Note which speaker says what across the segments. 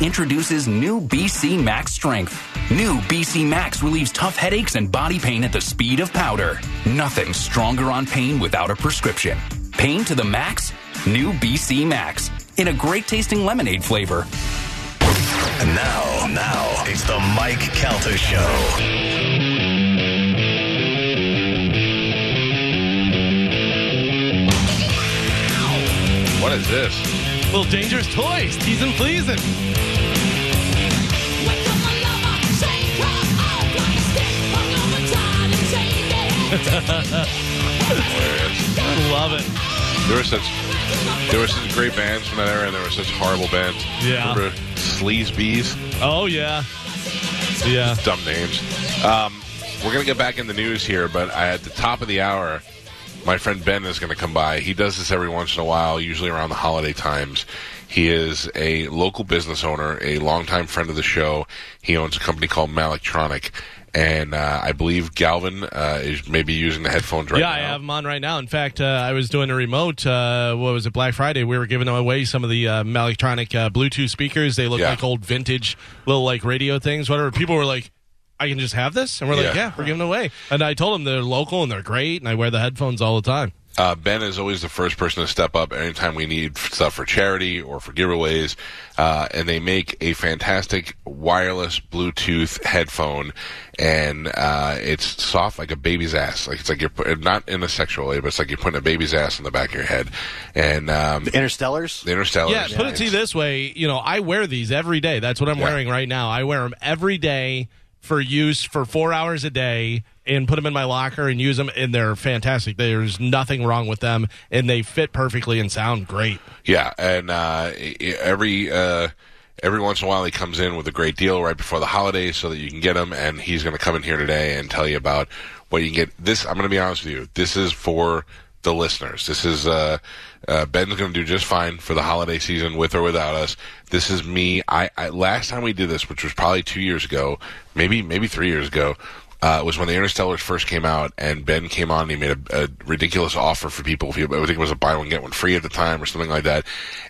Speaker 1: introduces new BC Max Strength. New BC Max relieves tough headaches and body pain at the speed of powder. Nothing stronger on pain without a prescription. Pain to the max? New BC Max. In a great tasting lemonade flavor.
Speaker 2: Now, now, it's the Mike Calter Show.
Speaker 3: What is this?
Speaker 4: Little dangerous toys, teasing, pleasing. I love it.
Speaker 3: There were such there were such great bands from that era, and there were such horrible bands.
Speaker 4: Yeah.
Speaker 3: Remember Sleaze Bees?
Speaker 4: Oh yeah, yeah.
Speaker 3: Dumb names. Um, we're gonna get back in the news here, but I, at the top of the hour, my friend Ben is gonna come by. He does this every once in a while, usually around the holiday times. He is a local business owner, a longtime friend of the show. He owns a company called Malectronic. And uh, I believe Galvin uh, is maybe using the headphones right
Speaker 4: yeah,
Speaker 3: now.
Speaker 4: I have them on right now. In fact, uh, I was doing a remote. Uh, what was it? Black Friday. We were giving away some of the uh, electronic uh, Bluetooth speakers. They look
Speaker 3: Yeah.
Speaker 4: like old vintage little like radio things. Whatever. People were like, "I can just have this," and we're like,
Speaker 3: Yeah.
Speaker 4: "Yeah, we're giving it away." And I told them they're local and they're great, and I wear the headphones all the time.
Speaker 3: Uh, ben is always the first person to step up anytime we need stuff for charity or for giveaways, uh, and they make a fantastic wireless Bluetooth headphone, and uh, it's soft like a baby's ass. Like it's like you're put, not in a sexual way, but it's like you're putting a baby's ass in the back of your head, and um,
Speaker 5: Interstellars.
Speaker 3: the interstellar.
Speaker 4: Yeah, put it to you this way. You know, I wear these every day. That's what I'm
Speaker 3: Yeah.
Speaker 4: wearing right now. I wear them every day for use for four hours a day and put them in my locker and use them, and they're fantastic. There's nothing wrong with them, and they fit perfectly and sound great.
Speaker 3: Yeah, and uh, i- i- every uh, every once in a while he comes in with a great deal right before the holidays, so that you can get him. And he's going to come in here today and tell you about what you can get. This I'm going to be honest with you. This is for the listeners. This is uh, uh, Ben's going to do just fine for the holiday season with or without us. This is me. I, I last time we did this, which was probably two years ago, maybe maybe three years ago uh, was when the Interstellars first came out, and Ben came on and he made a, a ridiculous offer for people. If you- I think it was a buy one get one free at the time or something like that,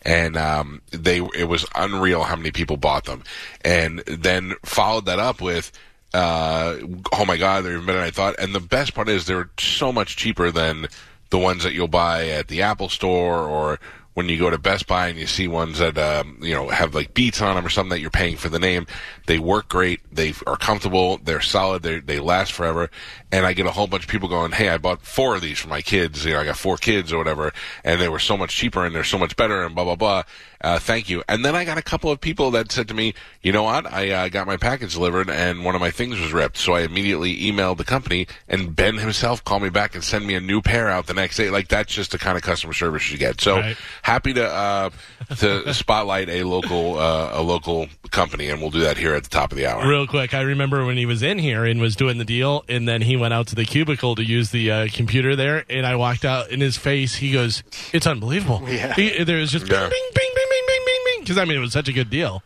Speaker 3: and um, they it was unreal how many people bought them, and then followed that up with. Uh, oh my God! They're even better than I thought. And the best part is they're so much cheaper than the ones that you'll buy at the Apple Store or when you go to Best Buy and you see ones that um, you know have like beats on them or something that you're paying for the name. They work great. They are comfortable. They're solid. They they last forever. And I get a whole bunch of people going, "Hey, I bought four of these for my kids. You know, I got four kids or whatever, and they were so much cheaper and they're so much better and blah blah blah." Uh, thank you. And then I got a couple of people that said to me, "You know what? I uh, got my package delivered and one of my things was ripped." So I immediately emailed the company, and Ben himself called me back and sent me a new pair out the next day. Like that's just the kind of customer service you get. So
Speaker 4: Right.
Speaker 3: happy to uh, to spotlight a local uh, a local company, and we'll do that here at the top of the hour.
Speaker 4: Real quick, I remember when he was in here and was doing the deal, and then he went out to the cubicle to use the uh, computer there, and I walked out in his face. He goes, "It's unbelievable."
Speaker 5: Yeah.
Speaker 4: He, there was just
Speaker 3: Yeah.
Speaker 4: bing, bing, bing, bing, bing, bing, bing. Because I mean, it was such a good deal.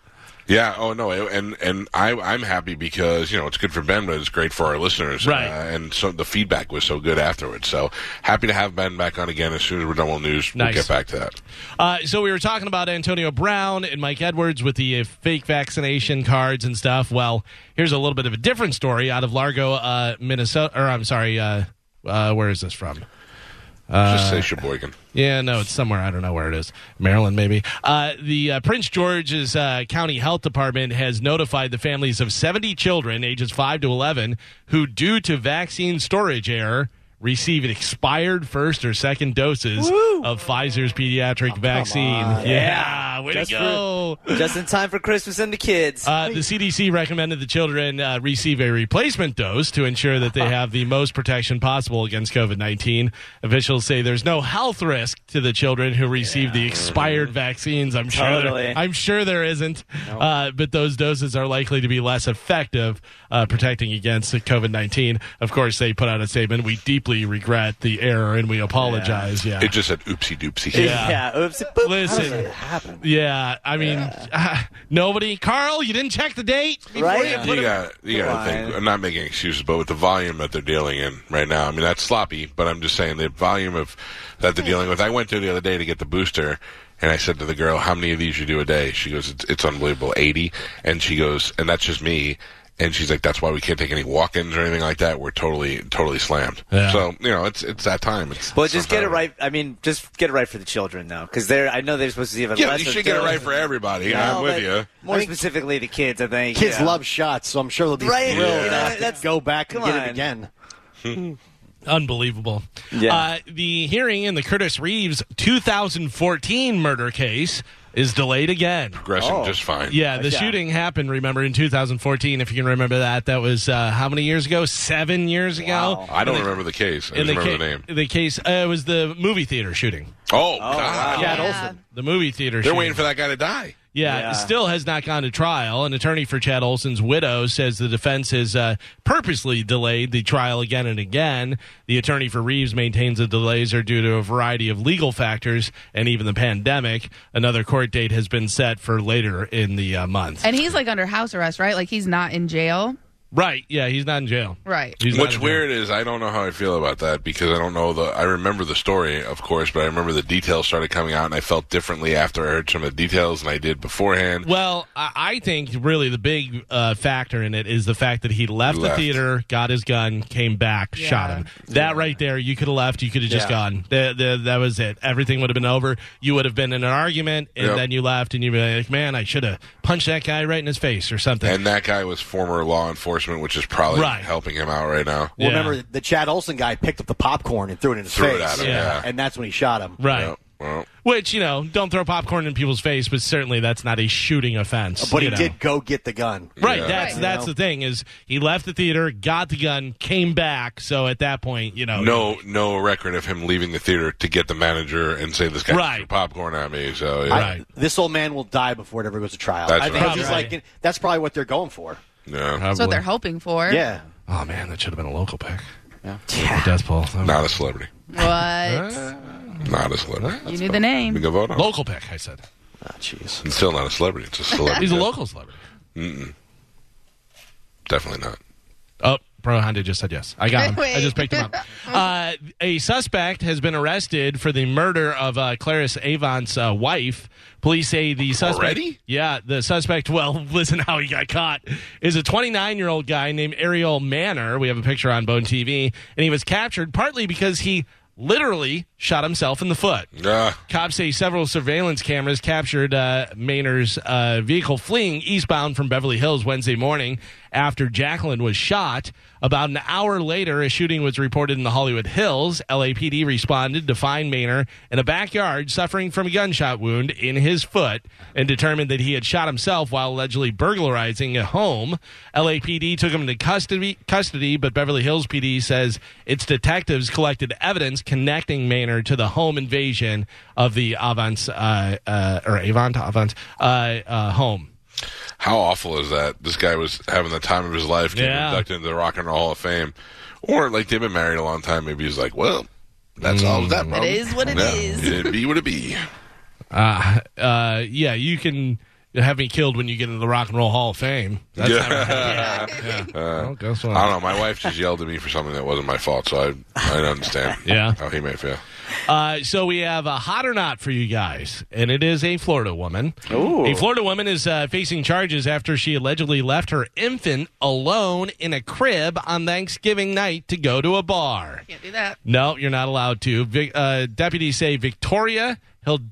Speaker 3: Yeah. Oh no. And and I I'm happy because you know it's good for Ben, but it's great for our listeners.
Speaker 4: Right.
Speaker 3: Uh, and so the feedback was so good afterwards. So happy to have Ben back on again as soon as we're done with news.
Speaker 4: Nice.
Speaker 3: We'll get back to that.
Speaker 4: Uh, so we were talking about Antonio Brown and Mike Edwards with the uh, fake vaccination cards and stuff. Well, here's a little bit of a different story out of Largo, uh, Minnesota. Or I'm sorry, uh, uh, where is this from? Uh,
Speaker 3: Just say Sheboygan.
Speaker 4: Yeah, no, it's somewhere. I don't know where it is. Maryland, maybe. Uh, the uh, Prince George's uh, County Health Department has notified the families of 70 children ages 5 to 11 who, due to vaccine storage error, receive an expired first or second doses of Pfizer's pediatric vaccine.
Speaker 5: Oh, on.
Speaker 4: Yeah, way
Speaker 5: Just
Speaker 4: to
Speaker 5: for-
Speaker 4: go.
Speaker 5: Just in time for Christmas and the kids.
Speaker 4: Uh, the CDC recommended the children uh, receive a replacement dose to ensure that they have the most protection possible against COVID 19. Officials say there's no health risk to the children who receive the expired vaccines. I'm sure.
Speaker 5: Totally.
Speaker 4: There, I'm sure there isn't. Uh, but those doses are likely to be less effective uh, protecting against COVID 19. Of course, they put out a statement we deeply regret the error and we apologize. Yeah.
Speaker 3: It just said oopsie doopsie.
Speaker 4: Yeah.
Speaker 5: Oops. Boop.
Speaker 4: Listen.
Speaker 5: How does that happen?
Speaker 4: yeah, I mean, nobody. Carl, you didn't check the date before
Speaker 5: Right.
Speaker 4: you put
Speaker 3: You
Speaker 4: it
Speaker 3: got, you got to
Speaker 5: Come
Speaker 3: think.
Speaker 5: on.
Speaker 3: I'm not making excuses, but with the volume that they're dealing in right now, I mean that's sloppy. But I'm just saying the volume of that they're dealing with. I went to the other day to get the booster, and I said to the girl, "How many of these you do a day?" She goes, "It's, it's unbelievable, 80." And she goes, "And that's just me." And she's like, "That's why we can't take any walk-ins or anything like that. We're totally, totally slammed."
Speaker 4: Yeah.
Speaker 3: So you know, it's it's that time. It's
Speaker 5: Well, just get it
Speaker 3: sometime.
Speaker 5: right. I mean, just get it right for the children, though, because they're. I know they're supposed to even.
Speaker 3: Yeah,
Speaker 5: less
Speaker 3: you
Speaker 5: of
Speaker 3: should get it
Speaker 5: those.
Speaker 3: right for everybody. I'm
Speaker 5: No,
Speaker 3: with
Speaker 5: but
Speaker 3: you.
Speaker 5: More specifically, the kids. I think
Speaker 6: Kids
Speaker 5: yeah.
Speaker 6: love shots, so I'm sure they'll be
Speaker 5: Right,
Speaker 6: thrilled
Speaker 5: you know,
Speaker 6: to have to
Speaker 5: that's-
Speaker 6: go back and
Speaker 5: come
Speaker 6: get
Speaker 5: on.
Speaker 6: it again.
Speaker 4: Unbelievable.
Speaker 5: Yeah.
Speaker 4: Uh, the hearing in the Curtis Reeves 2014 murder case is delayed again.
Speaker 3: Progressing
Speaker 5: Oh.
Speaker 3: just fine.
Speaker 4: Yeah, the shooting happened, remember, in 2014. If you can remember that, that was uh, how many years ago? Seven years ago.
Speaker 3: I don't remember the case. I just
Speaker 4: the,
Speaker 3: remember
Speaker 4: ca-
Speaker 3: the name.
Speaker 4: the case, uh, it was the movie theater shooting.
Speaker 3: Oh, God.
Speaker 4: Chad Olson. The movie theater
Speaker 3: They're
Speaker 4: shooting.
Speaker 3: waiting for that guy to die.
Speaker 4: Yeah,
Speaker 5: Yeah.
Speaker 4: still has not gone to trial. An attorney for Chad Olson's widow says the defense has uh, purposely delayed the trial again and again. The attorney for Reeves maintains the delays are due to a variety of legal factors and even the pandemic. Another court date has been set for later in the uh, month.
Speaker 7: And he's like under house arrest, right? Like he's not in jail.
Speaker 4: right? Yeah, he's not in jail.
Speaker 7: Right.
Speaker 4: He's not
Speaker 3: What's
Speaker 4: in jail.
Speaker 3: weird is I don't know how I feel about that because I don't know the. I remember the story, of course, but I remember the details started coming out, and I felt differently after I heard some of the details than I did beforehand.
Speaker 4: Well, I, I think really the big uh, factor in it is the fact that he left,
Speaker 3: Left.
Speaker 4: the theater, got his gun, came back, shot him. That right there, you could have left. You could have just
Speaker 5: Yeah.
Speaker 4: gone. The, the, that was it. Everything would have been over. You would have been in an argument, and
Speaker 3: Yep.
Speaker 4: then you left, and you'd be like, "Man, I should have punched that guy right in his face or something."
Speaker 3: And that guy was former law enforcement, which is probably
Speaker 4: Right.
Speaker 3: helping him out right now.
Speaker 4: Yeah.
Speaker 6: Remember, the Chad Olson guy picked up the popcorn and threw it in his
Speaker 3: Threw it
Speaker 6: face.
Speaker 3: at him,
Speaker 4: Yeah.
Speaker 6: And that's when he shot him.
Speaker 4: right.
Speaker 3: Yep, well,
Speaker 4: Which you know, don't throw popcorn in people's face, but certainly that's not a shooting offense.
Speaker 6: But
Speaker 4: you
Speaker 6: he
Speaker 4: know.
Speaker 6: did go get the gun.
Speaker 4: Right,
Speaker 3: Yeah.
Speaker 4: that's
Speaker 7: Right.
Speaker 4: that's the thing is he left the theater, got the gun, came back. So at that point, you know,
Speaker 3: no, no record of him leaving the theater to get the manager and say this guy
Speaker 4: Right.
Speaker 3: threw popcorn at me. So yeah.
Speaker 6: I-
Speaker 4: Right.
Speaker 6: this old man will die before it ever goes to trial.
Speaker 3: That's
Speaker 6: I think
Speaker 3: right.
Speaker 6: he's
Speaker 4: Probably.
Speaker 6: like, that's probably what they're going for.
Speaker 3: Yeah.
Speaker 4: Uh-huh.
Speaker 7: That's what they're hoping for.
Speaker 6: Yeah.
Speaker 4: Oh man, that should have been a local pick. Yeah. Death poll.
Speaker 3: not a celebrity,
Speaker 7: What?
Speaker 3: not a celebrity.
Speaker 7: you knew the name.
Speaker 3: We can vote on. it.
Speaker 4: Local pick, I said.
Speaker 3: Ah,
Speaker 6: Jeez.
Speaker 3: It's still not a celebrity. It's a celebrity.
Speaker 4: He's a local celebrity.
Speaker 3: Definitely not.
Speaker 4: Oh, Pro Honda just said yes. I got him. I just picked him up. Uh, a suspect has been arrested for the murder of uh, Clarice Avon's uh, wife. Police say the suspect.
Speaker 3: Already?
Speaker 4: Yeah, the suspect. Well, listen how he got caught. Is a 29 year old guy named Ariel Manor. We have a picture on Bone TV, and he was captured partly because he literally shot himself in the foot.
Speaker 3: Yeah.
Speaker 4: Cops say several surveillance cameras captured uh, Maynard's uh, vehicle fleeing eastbound from Beverly Hills Wednesday morning after Jacqueline was shot. About an hour later, a shooting was reported in the Hollywood Hills. LAPD responded to find Maynard in a backyard suffering from a gunshot wound in his foot and determined that he had shot himself while allegedly burglarizing a home. LAPD took him into custody, custody but Beverly Hills PD says its detectives collected evidence connecting Maynard to the home invasion of the Avance uh, uh, or Avant Avance uh, uh, home.
Speaker 3: How awful is that? This guy was having the time of his life getting
Speaker 4: Yeah.
Speaker 3: inducted into the Rock and Roll Hall of Fame. Or, like, they've been married a long time. Maybe he's like, well, that's all that, bro.
Speaker 7: is what Mm, it
Speaker 3: it
Speaker 7: is.
Speaker 3: It be what it be.
Speaker 4: Uh, uh, yeah, you can have me killed when you get into the Rock and Roll Hall of Fame. That's
Speaker 3: Yeah.
Speaker 4: not right. yeah. Well, guess what?
Speaker 3: I don't know. My wife just yelled at me for something that wasn't my fault, so I, I don't understand
Speaker 4: Yeah.
Speaker 3: how he may feel.
Speaker 4: Uh, so we have a hot or not for you guys, and it is a Florida woman. A Florida woman is uh, facing charges after she allegedly left her infant alone in a crib on Thanksgiving night to go to a bar.
Speaker 7: Can't do that.
Speaker 4: No, you're not allowed to. Vic, uh, deputies say Victoria Hild-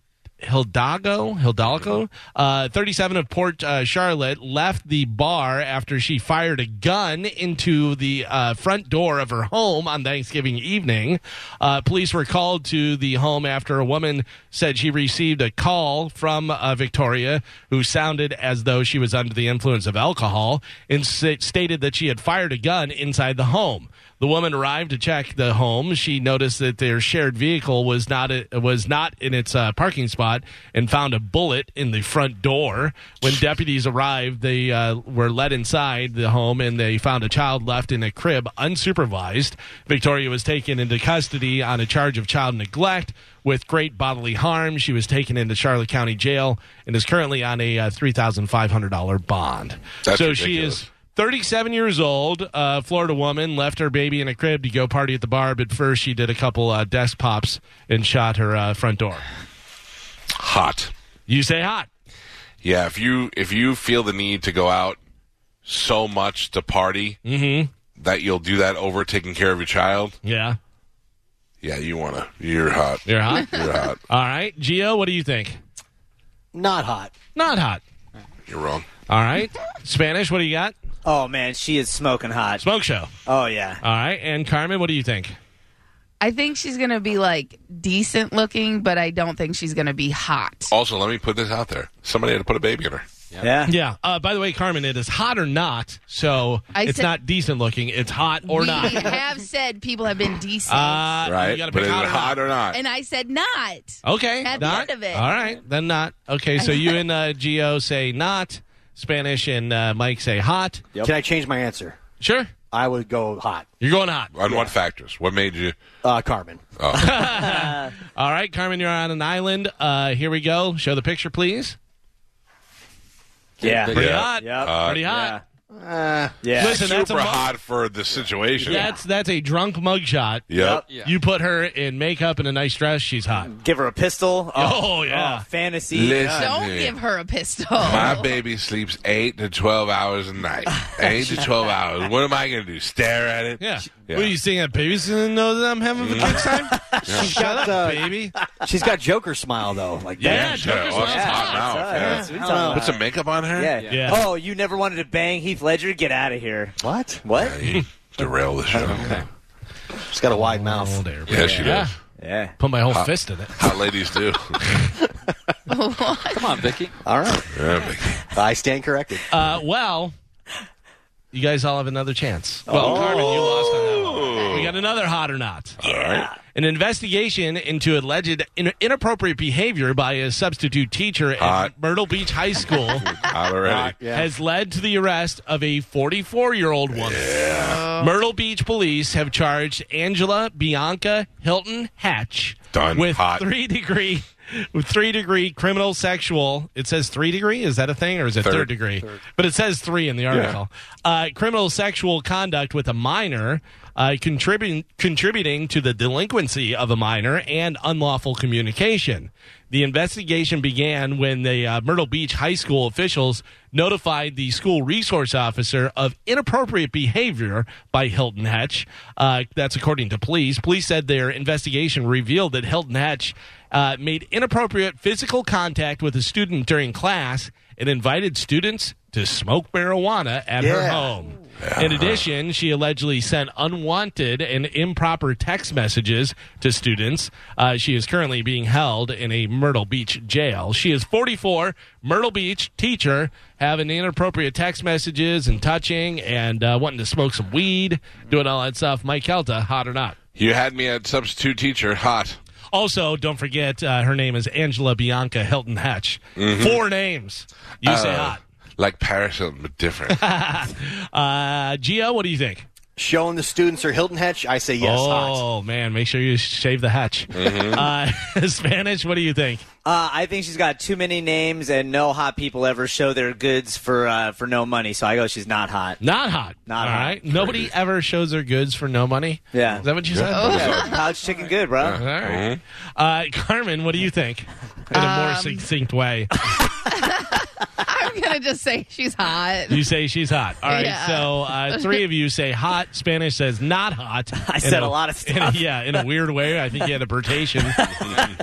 Speaker 4: Hildago, Hidalgo, uh, 37 of Port uh, Charlotte, left the bar after she fired a gun into the uh, front door of her home on Thanksgiving evening. Uh, police were called to the home after a woman said she received a call from uh, Victoria who sounded as though she was under the influence of alcohol and sta- stated that she had fired a gun inside the home. The woman arrived to check the home. She noticed that their shared vehicle was not was not in its uh, parking spot and found a bullet in the front door. When deputies arrived, they uh, were led inside the home and they found a child left in a crib unsupervised. Victoria was taken into custody on a charge of child neglect with great bodily harm. She was taken into Charlotte County Jail and is currently on a uh, three thousand five hundred dollar bond.
Speaker 3: That's
Speaker 4: so she
Speaker 3: ridiculous.
Speaker 4: is. 37 years old, uh, Florida woman, left her baby in a crib to go party at the bar, but first she did a couple uh, desk pops and shot her uh, front door.
Speaker 3: Hot.
Speaker 4: You say hot.
Speaker 3: Yeah, if you if you feel the need to go out so much to party
Speaker 4: Mm-hmm.
Speaker 3: that you'll do that over taking care of your child,
Speaker 4: Yeah.
Speaker 3: yeah, you wanna. You're hot.
Speaker 4: You're hot?
Speaker 3: You're hot.
Speaker 4: All right. Gio, what do you think?
Speaker 6: Not hot.
Speaker 4: Not hot.
Speaker 3: You're wrong.
Speaker 4: All right. Spanish, what do you got?
Speaker 5: Oh man, she is smoking hot.
Speaker 4: Smoke show.
Speaker 5: Oh yeah.
Speaker 4: All right. And Carmen, what do you think?
Speaker 7: I think she's gonna be like decent looking, but I don't think she's gonna be hot.
Speaker 3: Also, let me put this out there. Somebody had to put a baby in her.
Speaker 5: Yeah.
Speaker 4: Yeah. Uh, by the way, Carmen, it is hot or not, so
Speaker 7: I
Speaker 4: it's
Speaker 7: said-
Speaker 4: not decent looking. It's hot or
Speaker 7: we
Speaker 4: not.
Speaker 7: have said people have been decent,
Speaker 4: Uh, You
Speaker 3: Right?
Speaker 4: got to
Speaker 3: but
Speaker 4: pick
Speaker 3: is it
Speaker 4: hot or
Speaker 3: hot or
Speaker 4: not.
Speaker 3: not?
Speaker 7: and I said not.
Speaker 4: Okay.
Speaker 7: At the
Speaker 4: not.
Speaker 7: end of it.
Speaker 4: All right. Then not. Okay. So you and uh, Geo say not. Spanish and uh, Mike say hot.
Speaker 6: Can I change my answer?
Speaker 4: Sure.
Speaker 6: I would go hot.
Speaker 4: You're going hot.
Speaker 3: On what factors? What made you?
Speaker 6: Uh, Carmen.
Speaker 4: All right, Carmen, you're on an island. Uh, here we go. Show the picture, please.
Speaker 5: Yeah.
Speaker 4: Pretty
Speaker 3: Yeah. Uh,
Speaker 4: hot.
Speaker 5: Yep.
Speaker 4: Pretty
Speaker 5: Yeah.
Speaker 4: hot.
Speaker 5: Yeah.
Speaker 4: Listen, that's a
Speaker 3: Super
Speaker 4: mug-
Speaker 3: hot for the situation.
Speaker 4: That's that's a drunk mugshot.
Speaker 3: Yep.
Speaker 4: You put her in makeup and a nice dress. She's hot.
Speaker 3: Mm.
Speaker 5: Give her a pistol.
Speaker 4: Oh, yeah.
Speaker 5: fantasy.
Speaker 3: Listen.
Speaker 5: Yeah.
Speaker 7: Don't
Speaker 3: Yeah.
Speaker 7: give her a pistol.
Speaker 3: My baby sleeps eight to twelve hours a night. Eight to twelve hours. What am I going to do? Stare at it?
Speaker 4: Yeah.
Speaker 3: Yeah. Mm.
Speaker 4: What are you seeing at babies? Doesn't know that I'm having a good time.
Speaker 6: She's
Speaker 4: Shut up,
Speaker 6: got uh,
Speaker 4: baby.
Speaker 6: she's got Joker smile though. Like
Speaker 4: Yeah,
Speaker 6: that.
Speaker 3: Sure.
Speaker 4: Joker's
Speaker 3: Well, it's
Speaker 4: hot.
Speaker 3: hot now.
Speaker 5: Yeah,
Speaker 3: Oh, Yeah.
Speaker 5: that's what we're talking
Speaker 3: Put some
Speaker 5: about.
Speaker 3: makeup on her.
Speaker 5: Yeah.
Speaker 4: Yeah.
Speaker 5: Oh, you never wanted to bang Heath Ledger? Get out of here.
Speaker 6: What?
Speaker 5: What?
Speaker 3: You derail the show.
Speaker 6: She's got a wide mouth.
Speaker 4: Oh, there. we
Speaker 3: Yeah, she
Speaker 4: go.
Speaker 3: does.
Speaker 5: Yeah.
Speaker 4: Put my whole fist in it.
Speaker 3: Hot ladies do.
Speaker 8: Come on, Vicky.
Speaker 6: All right.
Speaker 3: Yeah, Vicky.
Speaker 6: I stand corrected.
Speaker 4: Uh, well, you guys all have another chance. Well, Carmen, you lost on that one. We got another hot or not.
Speaker 3: All right.
Speaker 4: An investigation into alleged in- inappropriate behavior by a substitute teacher
Speaker 3: Hot.
Speaker 4: at Myrtle Beach High School
Speaker 3: Hot already.
Speaker 4: has led to the arrest of a 44 year old woman. Myrtle Beach police have charged Angela Bianca Hilton Hatch
Speaker 3: Done.
Speaker 4: with
Speaker 3: Hot.
Speaker 4: three degree. With three degree criminal sexual, it says three degree. Is that a thing, or is it third,
Speaker 3: Third.
Speaker 4: degree? But it says three in the article. Uh, criminal sexual conduct with a minor, uh, contributing contributing to the delinquency of a minor and unlawful communication. The investigation began when the uh, Myrtle Beach High School officials notified the school resource officer of inappropriate behavior by Hilton Hatch. Uh, that's according to police. Police said their investigation revealed that Hilton Hatch uh, made inappropriate physical contact with a student during class and invited students to smoke marijuana at her
Speaker 6: Yeah.
Speaker 4: home. In addition, she allegedly sent unwanted and improper text messages to students. Uh, she is currently being held in a Myrtle Beach jail. She is 44, Myrtle Beach teacher, having inappropriate text messages and touching and uh, wanting to smoke some weed, doing all that stuff. Mike Kelta, hot or not?
Speaker 3: You had me at substitute teacher. Hot.
Speaker 4: Also, don't forget uh, her name is Angela Bianca Hilton Hatch. Four names. You say hot.
Speaker 3: Like Paris Hilton, but different.
Speaker 4: Uh, Gio, what do you think?
Speaker 6: Showing the students her Hilton Hedge, I say yes.
Speaker 4: oh
Speaker 6: Hot.
Speaker 4: man, make sure you shave the hatch. Uh, Spanish, what do you think?
Speaker 5: Uh, I think she's got too many names, and no hot people ever show their goods for uh, for no money. So I go, she's not hot.
Speaker 4: Not hot.
Speaker 5: Not
Speaker 4: All
Speaker 5: hot.
Speaker 4: right. Nobody ever shows their goods for no money.
Speaker 5: Yeah.
Speaker 4: Is that what you said?
Speaker 5: How's chicken good, bro?
Speaker 3: Uh-huh.
Speaker 4: All right. Uh, Carmen, what do you think? In a more succinct way.
Speaker 7: I'm gonna gonna just say she's hot.
Speaker 4: You say she's hot. All right.
Speaker 7: Yeah.
Speaker 4: So uh, three of you say hot. Spanish says not hot.
Speaker 5: I
Speaker 4: In
Speaker 5: said a lot of
Speaker 4: in a-
Speaker 5: stuff.
Speaker 4: yeah, in a weird way. I think you had a abortation.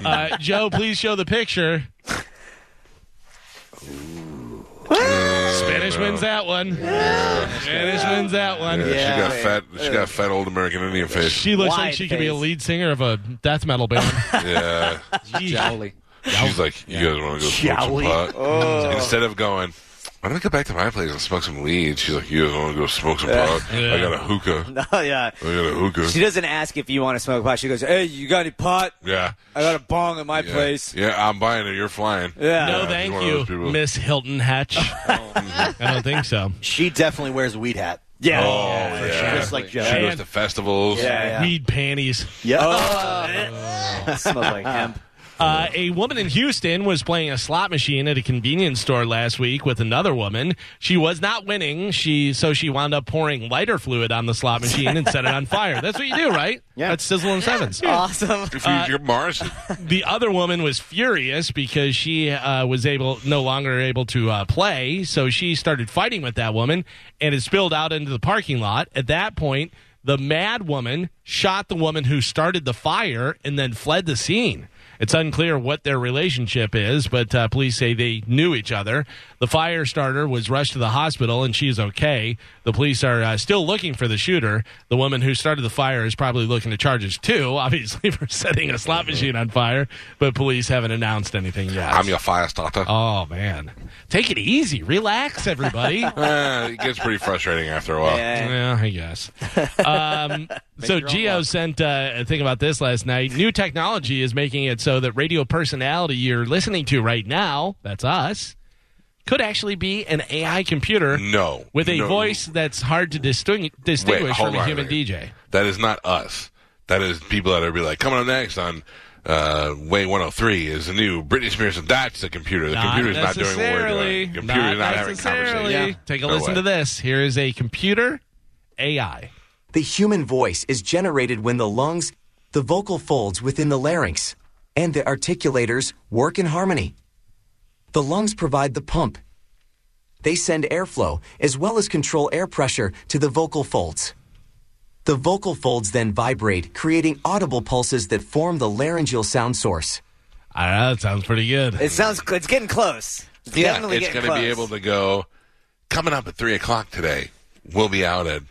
Speaker 4: uh, Joe, please show the picture. Spanish wins that one. Spanish wins that one.
Speaker 3: Yeah, she got
Speaker 6: man.
Speaker 3: fat. She got fat old American Indian face.
Speaker 4: She looks like
Speaker 5: Wide
Speaker 4: she could be a
Speaker 5: face.
Speaker 4: lead singer of a death metal band.
Speaker 3: Yeah,
Speaker 4: Jolly.
Speaker 3: she's like, you guys want to go smoke
Speaker 6: Jolly.
Speaker 3: some pot?
Speaker 5: Oh.
Speaker 3: Instead of going, why don't we go back to my place and smoke some weed? She's like, you guys want to go smoke some pot? I got a hookah.
Speaker 5: Oh, yeah.
Speaker 3: I got a hookah.
Speaker 5: She doesn't ask if you want to smoke pot. She goes, "Hey, you got any pot?
Speaker 3: yeah.
Speaker 5: I got a bong in my
Speaker 3: Yeah.
Speaker 5: place."
Speaker 3: Yeah, I'm buying it. You're flying.
Speaker 5: Yeah.
Speaker 4: No,
Speaker 3: she's
Speaker 4: thank
Speaker 3: one of those people.
Speaker 4: you, Miss Hilton Hatch.
Speaker 5: Oh.
Speaker 4: I don't think so.
Speaker 6: She definitely wears a weed hat.
Speaker 5: Yeah.
Speaker 3: Oh, yeah.
Speaker 6: Just like Joe.
Speaker 3: She goes
Speaker 4: And-
Speaker 3: to festivals.
Speaker 5: Yeah.
Speaker 4: Weed panties.
Speaker 6: Yeah. Uh,
Speaker 5: smells like hemp.
Speaker 4: Uh, a woman in Houston was playing a slot machine at a convenience store last week with another woman. She was not winning. She so she wound up pouring lighter fluid on the slot machine and set it on fire. That's what you do, right?
Speaker 6: Yeah.
Speaker 4: That's sizzle and sevens.
Speaker 5: Awesome.
Speaker 3: If you, you're Morrison.
Speaker 4: The other woman was furious because she uh, was able no longer able to uh, play, so she started fighting with that woman, and it spilled out into the parking lot. At that point, the mad woman shot the woman who started the fire and then fled the scene. It's unclear what their relationship is, but uh, police say they knew each other. The fire starter was rushed to the hospital, and she is okay. The police are uh, still looking for the shooter. The woman who started the fire is probably looking to charges too, obviously for setting a slot machine on fire. But police haven't announced anything yet.
Speaker 3: I'm your fire starter.
Speaker 4: oh man, take it easy, relax, everybody.
Speaker 3: Eh, it gets pretty frustrating after a while.
Speaker 5: Oh. Yeah.
Speaker 4: Yeah, I guess. Um, so Geo sent uh, a thing about this last night. New technology is making it so that radio personality you're listening to right now, that's us, could actually be an AI computer
Speaker 3: No.
Speaker 4: with a
Speaker 3: No.
Speaker 4: voice that's hard to distinguish, distinguish
Speaker 3: hold
Speaker 4: from a
Speaker 3: on a
Speaker 4: human DJ.
Speaker 3: minute. That is not us. That is people that are be like, coming up next on uh, Way 103 is the new Britney Spears and that's the computer. The computer's not doing what we're
Speaker 4: necessarily.
Speaker 3: doing. The computer's not, having
Speaker 4: necessarily.
Speaker 3: conversations.
Speaker 4: Take a
Speaker 3: No
Speaker 4: listen
Speaker 3: way.
Speaker 4: to this. Here is a computer AI.
Speaker 8: The human voice is generated when the lungs, the vocal folds within the larynx, and the articulators work in harmony. The lungs provide the pump. They send airflow as well as control air pressure to the vocal folds. The vocal folds then vibrate, creating audible pulses that form the laryngeal sound source.
Speaker 4: I don't know, that sounds pretty good.
Speaker 5: It sounds. It's getting close. It's
Speaker 3: Yeah,
Speaker 5: definitely
Speaker 3: it's
Speaker 5: getting
Speaker 3: going
Speaker 5: close.
Speaker 3: to be able to go. Coming up at three o'clock today, we'll be out at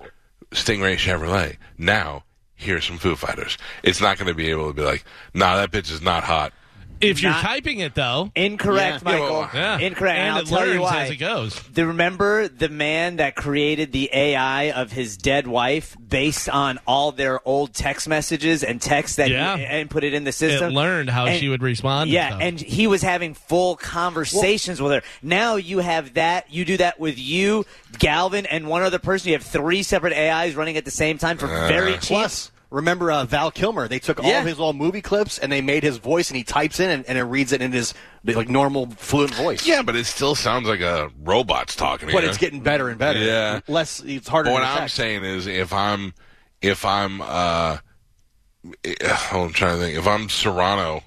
Speaker 3: Stingray Chevrolet. Now, here's some Foo Fighters. It's not going to be able to be like, nah, that bitch is not hot.
Speaker 4: if you're
Speaker 5: Not-
Speaker 4: typing it, though.
Speaker 5: Incorrect,
Speaker 3: Yeah.
Speaker 5: Michael.
Speaker 4: Yeah.
Speaker 5: Incorrect.
Speaker 4: And
Speaker 5: And I'll
Speaker 4: it
Speaker 5: tell
Speaker 4: learns
Speaker 5: you why.
Speaker 4: as it goes.
Speaker 5: Do you remember the man that created the AI of his dead wife based on all their old text messages and texts that
Speaker 4: Yeah.
Speaker 5: he and put it in the system?
Speaker 4: It learned how she would respond and
Speaker 5: Yeah,
Speaker 4: stuff.
Speaker 5: and he was having full conversations with her. Now you have that. You do that with you, Galvin, and one other person. You have three separate AIs running at the same time for very cheap.
Speaker 6: Plus, remember uh, Val Kilmer? They took all
Speaker 5: Yeah.
Speaker 6: of his old movie clips and they made his voice, and he types in and, and it reads it in his like normal fluent voice.
Speaker 3: Yeah, but it still sounds like a robot's talking. to
Speaker 6: but
Speaker 3: you.
Speaker 6: it's getting better and better.
Speaker 3: Yeah.
Speaker 6: less it's harder.
Speaker 3: But what
Speaker 6: to
Speaker 3: I'm
Speaker 6: detect.
Speaker 3: saying is, if I'm, if I'm, uh, eh, I'm trying to think. If I'm Serrano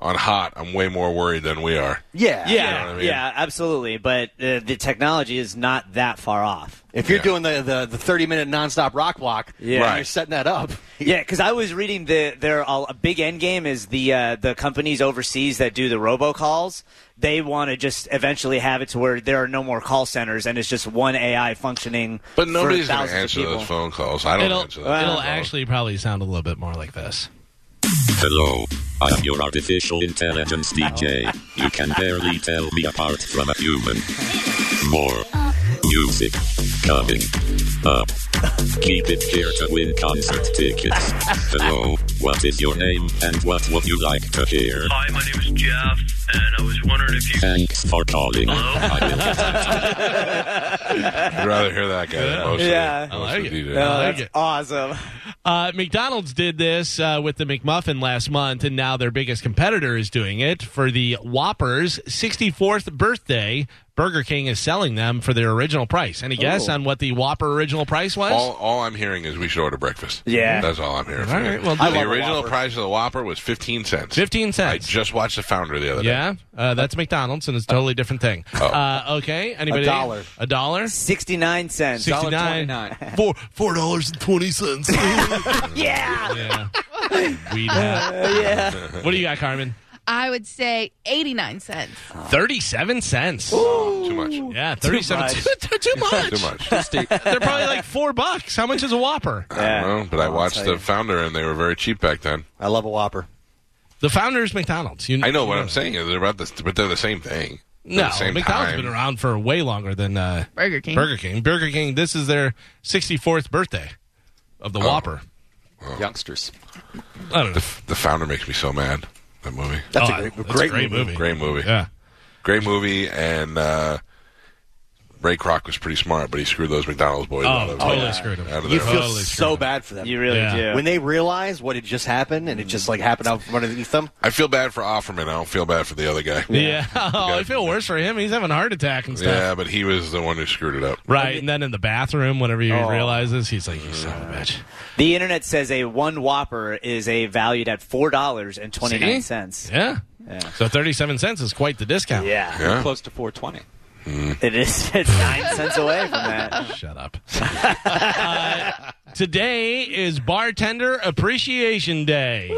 Speaker 3: on hot, I'm way more worried than we are.
Speaker 6: yeah,
Speaker 5: yeah,
Speaker 3: know what I mean?
Speaker 5: yeah, absolutely. But uh, the technology is not that far off.
Speaker 6: If you're
Speaker 3: Yeah.
Speaker 6: doing the, the the 30 minute nonstop rock block, yeah,
Speaker 3: Right.
Speaker 6: you're setting that up.
Speaker 5: Yeah, because I was reading the their all, a big end game is the uh, the companies overseas that do the robocalls. They want to just eventually have it to where there are no more call centers and it's just one AI functioning.
Speaker 3: But nobody's
Speaker 5: for
Speaker 3: going
Speaker 5: thousands
Speaker 3: to
Speaker 5: of
Speaker 3: answer
Speaker 5: people.
Speaker 3: those phone calls. I don't
Speaker 4: it'll
Speaker 3: answer those. phone
Speaker 4: it'll
Speaker 3: calls.
Speaker 4: actually probably sound a little bit more like this.
Speaker 9: Hello, I'm your artificial intelligence DJ. You can barely tell me apart from a human. More music coming up. Keep it here to win concert tickets. Hello, what is your name and what would you like to hear?
Speaker 10: Hi, my name is Jeff, and I was wondering if you.
Speaker 9: Thanks for calling. I will get
Speaker 3: I'd rather hear that guy than most
Speaker 5: Yeah.
Speaker 3: of
Speaker 4: I
Speaker 3: the, most
Speaker 4: like
Speaker 3: of the
Speaker 4: it.
Speaker 3: DJs.
Speaker 4: I
Speaker 5: Oh,
Speaker 4: like
Speaker 5: that's
Speaker 4: it.
Speaker 5: awesome.
Speaker 4: Uh, McDonald's did this uh, with the McMuffin last month, and now their biggest competitor is doing it for the Whopper's 64th birthday. Burger King is selling them for their original price. Any guess on what the Whopper original price was?
Speaker 3: All, all I'm hearing is we should order breakfast.
Speaker 5: Yeah.
Speaker 3: that's all I'm hearing.
Speaker 4: All
Speaker 3: from you.
Speaker 4: right, well, I
Speaker 3: the
Speaker 4: love a
Speaker 3: original
Speaker 4: Whopper.
Speaker 3: price of the Whopper was 15 cents.
Speaker 4: 15
Speaker 3: I
Speaker 4: cents.
Speaker 3: just watched the founder the other
Speaker 4: Yeah, uh, that's McDonald's, and it's a totally different thing.
Speaker 3: Oh.
Speaker 4: Uh, okay, anybody?
Speaker 5: dollar.
Speaker 4: A dollar.
Speaker 5: 69 cents.
Speaker 4: Sixty nine. Four four dollars and twenty cents.
Speaker 5: yeah.
Speaker 4: yeah. Weed hat.
Speaker 5: yeah.
Speaker 4: What do you got, Carmen?
Speaker 7: I would say 89 cents.
Speaker 3: Uh.
Speaker 4: Thirty-seven cents.
Speaker 3: Too much.
Speaker 4: Yeah, thirty-seven.
Speaker 5: much.
Speaker 4: Too much. Too much.
Speaker 3: Too much.
Speaker 4: They're probably like four bucks. How much is a Whopper?
Speaker 3: I don't know, but I
Speaker 6: I'll
Speaker 3: watched
Speaker 6: tell
Speaker 3: the
Speaker 6: you.
Speaker 3: founder, and they were very cheap back then.
Speaker 6: I love a Whopper.
Speaker 4: The founder's McDonald's. You,
Speaker 3: I know what I'm saying. They're about this, but they're the same thing. They're
Speaker 4: No,
Speaker 3: the same
Speaker 4: McDonald's
Speaker 3: time.
Speaker 4: been around for way longer than uh,
Speaker 7: Burger King.
Speaker 4: Burger King. Burger King. This is their sixty-fourth birthday of
Speaker 3: Oh.
Speaker 4: the Whopper.
Speaker 6: Oh. Youngsters.
Speaker 4: I don't know.
Speaker 3: The, the founder makes me so mad. That movie,
Speaker 6: That's
Speaker 4: Oh,
Speaker 6: a great,
Speaker 4: that's
Speaker 6: great,
Speaker 4: a great movie.
Speaker 3: great movie,
Speaker 4: Yeah.
Speaker 3: great movie, and uh, Ray Kroc was pretty smart, but he screwed those McDonald's boys. out
Speaker 4: Oh,
Speaker 3: of,
Speaker 4: totally screwed
Speaker 3: out
Speaker 4: him.
Speaker 3: of
Speaker 6: You
Speaker 3: there.
Speaker 6: feel
Speaker 4: Totally
Speaker 6: so
Speaker 4: true.
Speaker 6: bad for them.
Speaker 5: You really
Speaker 4: Yeah.
Speaker 5: do.
Speaker 6: when they realize what had just happened and it just like happened out from underneath them.
Speaker 3: I feel bad for Offerman. I don't feel bad for the other guy.
Speaker 4: Yeah. Oh, I feel worse for him. He's having a heart attack and stuff.
Speaker 3: Yeah, but he was the one who screwed it up.
Speaker 4: Right. And then in the bathroom, whenever he
Speaker 6: Oh.
Speaker 4: realizes, he's like, you son of a bitch.
Speaker 5: the internet says a one Whopper is a valued at four dollars and twenty nine cents.
Speaker 4: Yeah. So 37 cents is quite the discount.
Speaker 5: Yeah,
Speaker 3: Yeah.
Speaker 11: Close to 420.
Speaker 5: it is. It's nine cents away from that.
Speaker 4: Shut up. Uh, today is Bartender Appreciation Day.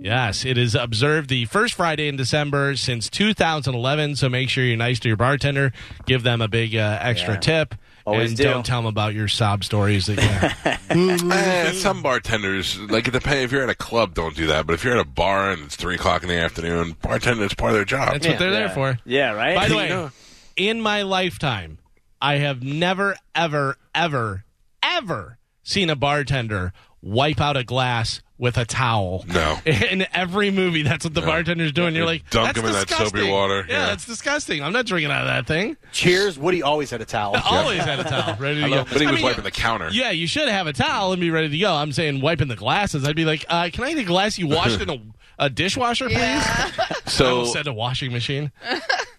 Speaker 4: Yes, it is observed the first Friday in December since 2011. So make sure you're nice to your bartender. Give them a big uh, extra tip.
Speaker 5: Always
Speaker 4: and
Speaker 5: do.
Speaker 4: not tell them about your sob stories. That, yeah.
Speaker 3: Eh, some bartenders, like it depends. If you're at a club, don't do that. But if you're at a bar and it's three o'clock in the afternoon, bartender it's part of their job.
Speaker 4: That's what they're there for.
Speaker 5: Yeah, right.
Speaker 4: By the way, in my lifetime, I have never, ever, ever, ever seen a bartender wipe out a glass with a towel.
Speaker 3: No.
Speaker 4: In every movie, that's what the bartender's doing. You're like,
Speaker 3: Dunk
Speaker 4: that's
Speaker 3: him in that
Speaker 4: disgusting.
Speaker 3: soapy water.
Speaker 4: Yeah,
Speaker 3: Yeah.
Speaker 4: that's disgusting. I'm not drinking out of that thing.
Speaker 6: Cheers. Woody always had a
Speaker 3: Oh,
Speaker 6: towel.
Speaker 4: Always had a towel ready to go.
Speaker 3: But he
Speaker 4: I
Speaker 3: was
Speaker 4: mean,
Speaker 3: wiping the counter.
Speaker 4: Yeah, you should have a towel and be ready to go. I'm saying wiping the glasses. I'd be like, uh, can I get a glass you washed in a, a dishwasher, please? I
Speaker 3: So
Speaker 4: almost said a washing machine.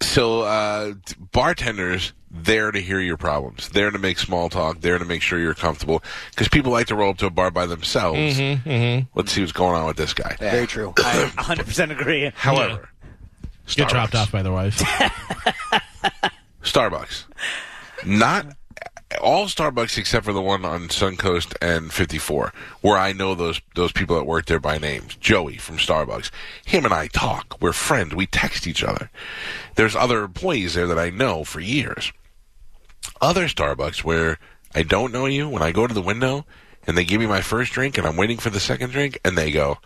Speaker 3: So uh, t- bartenders there to hear your problems, there to make small talk, there to make sure you're comfortable, because people like to roll up to a bar by themselves. Let's see what's going on with this guy.
Speaker 6: Very true.
Speaker 5: I 100 percent agree.
Speaker 3: However,
Speaker 4: Get dropped off by the wife.
Speaker 3: Starbucks, not all Starbucks except for the one on Suncoast and 54, where I know those those people that work there by names. Joey from Starbucks, him and I talk. We're friends. We text each other. There's other employees there that I know for years. other Starbucks where I don't know you, when I go to the window and they give me my first drink and I'm waiting for the second drink and they go,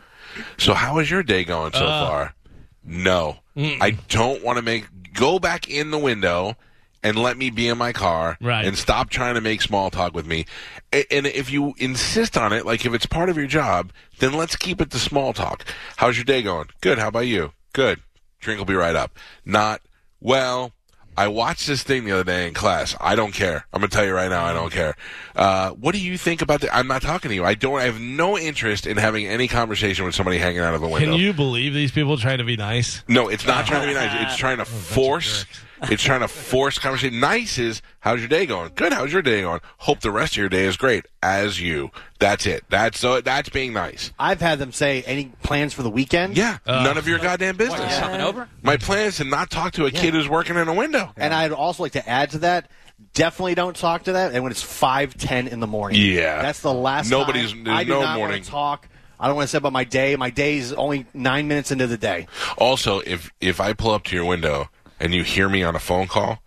Speaker 3: So how is your day going so far? No. I don't want to make go back in the window and let me be in my car
Speaker 4: Right.
Speaker 3: and stop trying to make small talk with me. A- And if you insist on it, like if it's part of your job, then let's keep it to small talk. How's your day going? Good. How about you? Good. Drink will be right up. Not, well, I watched this thing the other day in class. I don't care. I'm going to tell you right now, I don't care. Uh, what do you think about the I'm not talking to you. I don't. I have no interest in having any conversation with somebody hanging out of a window.
Speaker 4: Can you believe these people trying to be nice?
Speaker 3: No, it's not trying to be nice. It's trying to force. It's trying to force conversation. Nice is how's your day going? Good. How's your day going? Hope the rest of your day is great. As you. That's it. That's so. That's being nice.
Speaker 6: I've had them say, "Any plans for the weekend?"
Speaker 3: Yeah. None of your goddamn business.
Speaker 11: What, is coming over?
Speaker 3: My plan is to not talk to a kid who's working in a window.
Speaker 6: And I'd also like to add to that: definitely don't talk to that. And when it's five ten in the morning,
Speaker 3: Yeah.
Speaker 6: that's the last.
Speaker 3: Nobody's-
Speaker 6: time.
Speaker 3: there's
Speaker 6: I do
Speaker 3: no
Speaker 6: not wanna
Speaker 3: morning.
Speaker 6: talk. I don't want to say about my day. My day's only nine minutes into the day.
Speaker 3: Also, if if I pull up to your window and you hear me on a phone call,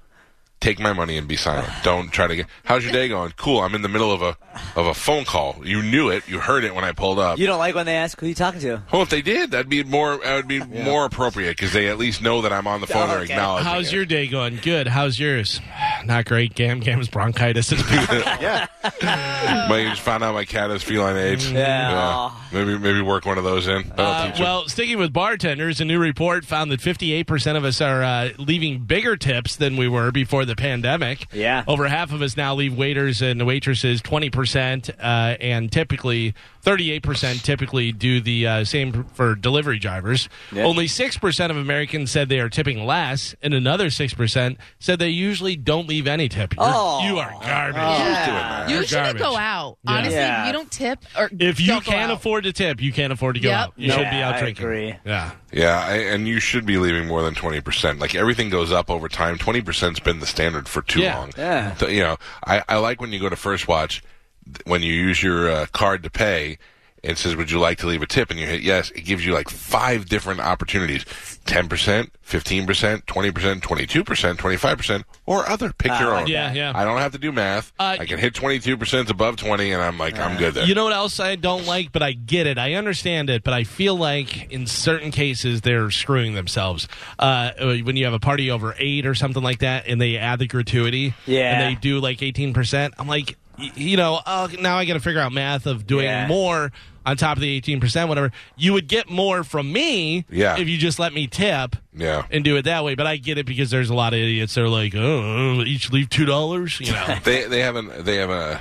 Speaker 3: take my money and be silent. Don't try to get. How's your day going? Cool. I'm in the middle of a of a phone call. You knew it. You heard it when I pulled up.
Speaker 5: You don't like when they ask who you talking to.
Speaker 3: Well, if they did, that'd be more. That would be more appropriate because they at least know that I'm on the phone or
Speaker 5: okay.
Speaker 3: acknowledging.
Speaker 4: How's
Speaker 3: it.
Speaker 4: your day going? Good. How's yours? Not great. Gam Gam's bronchitis.
Speaker 3: But you just found out my cat has feline AIDS.
Speaker 5: Yeah. Oh,
Speaker 3: Maybe maybe work one of those in. That'll
Speaker 4: Uh,
Speaker 3: teach 'em.
Speaker 4: well, sticking with bartenders, a new report found that 58% of us are uh, leaving bigger tips than we were before the pandemic.
Speaker 5: Yeah.
Speaker 4: Over half of us now leave waiters and waitresses 20%, uh, and typically 38% typically do the uh, same for delivery drivers. Only 6% of Americans said they are tipping less, and another 6% said they usually don't leave any tip. You're,
Speaker 5: Oh.
Speaker 4: you are garbage.
Speaker 5: Oh.
Speaker 4: You're
Speaker 5: Yeah.
Speaker 4: garbage.
Speaker 7: You should go out.
Speaker 4: Yeah.
Speaker 7: Honestly,
Speaker 5: Yeah.
Speaker 7: if you don't tip or
Speaker 4: If you
Speaker 7: don't go
Speaker 4: can't
Speaker 7: out.
Speaker 4: afford to tip, you can't afford to go
Speaker 7: Yep.
Speaker 4: out. You
Speaker 5: No.
Speaker 4: should be out
Speaker 5: I
Speaker 4: drinking.
Speaker 5: agree.
Speaker 4: Yeah.
Speaker 3: Yeah, I, and you should be leaving more than twenty percent. Like everything goes up over time. Twenty percent's been the standard for too
Speaker 4: Yeah.
Speaker 3: long.
Speaker 5: Yeah.
Speaker 3: Th- you know, I, I like when you go to First Watch, th- when you use your uh, card to pay. It says, "Would you like to leave a tip?" And you hit yes. It gives you like five different opportunities: ten percent, fifteen percent, twenty percent, twenty-two percent, twenty-five percent, or other. Pick your own.
Speaker 4: Ah, Yeah, yeah.
Speaker 3: I don't have to do math.
Speaker 4: Uh,
Speaker 3: I can hit twenty-two percent above twenty, and I'm like, I'm good there.
Speaker 4: You know what else I don't like, but I get it. I understand it, but I feel like in certain cases they're screwing themselves. Uh, when you have a party over eight or something like that, and they add the gratuity,
Speaker 5: Yeah.
Speaker 4: and they do like eighteen percent, I'm like, y- you know, uh, now I got to figure out math of doing
Speaker 5: Yeah.
Speaker 4: more on top of the eighteen percent, whatever. You would get more from me,
Speaker 3: Yeah.
Speaker 4: if you just let me tip.
Speaker 3: yeah.
Speaker 4: And do it that way, but I get it because there's a lot of idiots that are like, oh, each leave two dollars, you know.
Speaker 3: they they have an they have a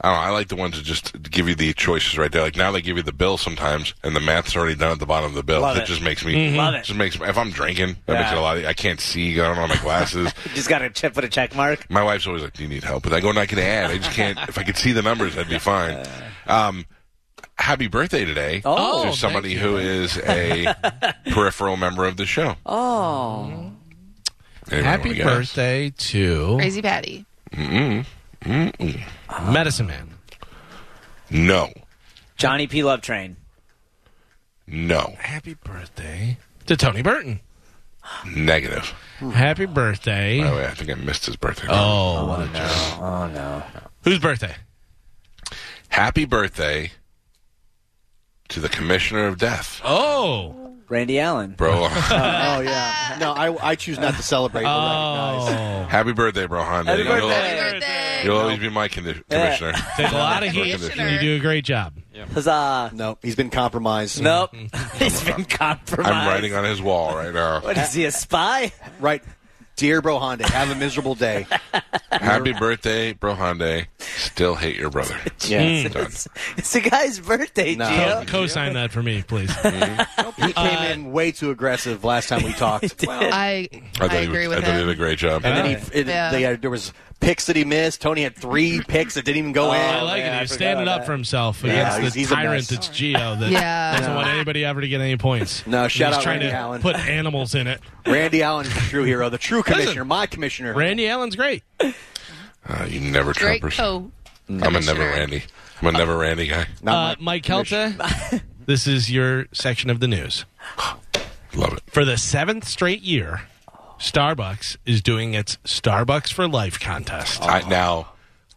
Speaker 3: I don't know. I like the ones that just give you the choices right there. Like now they give you the bill sometimes, and the math's already done at the bottom of the bill.
Speaker 5: Love
Speaker 3: that
Speaker 5: it. Mm-hmm.
Speaker 3: just makes me
Speaker 5: Love it.
Speaker 3: Just makes me- if I'm drinking, that makes it
Speaker 5: Yeah.
Speaker 3: a lot. e, I can't see. I don't know my glasses.
Speaker 5: Just got to check, put a check mark.
Speaker 3: my wife's always like, "Do you need help?" But I go, "No, I can add. I just can't. if I could see the numbers, that'd be fine." Um, happy birthday today
Speaker 5: Oh,
Speaker 3: to
Speaker 4: thank
Speaker 3: somebody who is a peripheral member of the show. Oh,
Speaker 4: Happy birthday to
Speaker 7: Crazy Patty.
Speaker 4: Medicine Man.
Speaker 3: No,
Speaker 5: Johnny P. Love Train.
Speaker 3: no,
Speaker 4: Happy birthday to Tony Burton.
Speaker 3: negative.
Speaker 4: Happy birthday.
Speaker 3: By the way, I think I missed his birthday.
Speaker 4: Oh, what a joke.
Speaker 5: Oh no.
Speaker 4: Whose birthday?
Speaker 3: Happy birthday to the Commissioner of Death,
Speaker 4: Oh.
Speaker 5: Randy Allen.
Speaker 3: bro.
Speaker 6: Oh yeah. No, I, I choose not to celebrate. but recognize.
Speaker 4: Oh.
Speaker 3: Happy birthday, bro. Honda.
Speaker 5: Happy
Speaker 3: You'll-
Speaker 5: birthday.
Speaker 7: Birthday.
Speaker 3: You'll, always be my condi-
Speaker 5: Yeah.
Speaker 3: commissioner.
Speaker 4: Take a lot of heat.
Speaker 7: Commissioner.
Speaker 4: Oh. You do a great job.
Speaker 5: Huzzah.
Speaker 6: No, he's been compromised.
Speaker 5: Nope. He's been compromised.
Speaker 3: I'm writing on his wall right now.
Speaker 5: What is he, a spy?
Speaker 6: Right. Dear Bro Honda, have a miserable day.
Speaker 3: Happy birthday, bro. Honda. Still hate your brother.
Speaker 6: Yeah.
Speaker 5: it's, it's a guy's birthday,
Speaker 6: No.
Speaker 4: Co-
Speaker 5: Gio.
Speaker 4: Oh, co-sign that for me, please.
Speaker 6: He came in way too aggressive last time we talked.
Speaker 7: I, I,
Speaker 3: thought he
Speaker 7: agree
Speaker 3: was-
Speaker 7: with
Speaker 3: I thought he
Speaker 7: him.
Speaker 3: did a great job. Uh,
Speaker 6: And then he, it,
Speaker 7: Yeah.
Speaker 6: they had, there was picks that he missed. Tony had three picks that didn't even
Speaker 12: Oh,
Speaker 6: go in.
Speaker 4: I like
Speaker 5: man,
Speaker 4: it.
Speaker 5: I
Speaker 4: He's
Speaker 5: forgot
Speaker 4: standing
Speaker 5: about
Speaker 4: up
Speaker 5: that.
Speaker 4: for himself
Speaker 6: Yeah,
Speaker 4: against
Speaker 6: he's-
Speaker 4: the
Speaker 6: he's a
Speaker 4: tyrant
Speaker 6: mess.
Speaker 4: that's Geo that
Speaker 7: Yeah.
Speaker 4: doesn't want anybody ever to get any points.
Speaker 6: No, shout
Speaker 4: he's
Speaker 6: out
Speaker 4: trying
Speaker 6: Randy
Speaker 4: to
Speaker 6: Allen.
Speaker 4: put animals in it.
Speaker 6: Randy Allen is the true hero, the true commissioner, my commissioner.
Speaker 4: Randy Allen's great.
Speaker 3: Uh, you never
Speaker 7: Great
Speaker 3: Trumpers.
Speaker 7: co.
Speaker 3: I'm a never Randy. I'm a never Randy guy.
Speaker 4: Uh, Mike Kelta, this is your section of the news.
Speaker 3: Love it.
Speaker 4: For the seventh straight year, Starbucks is doing its Starbucks for Life contest.
Speaker 3: I, now,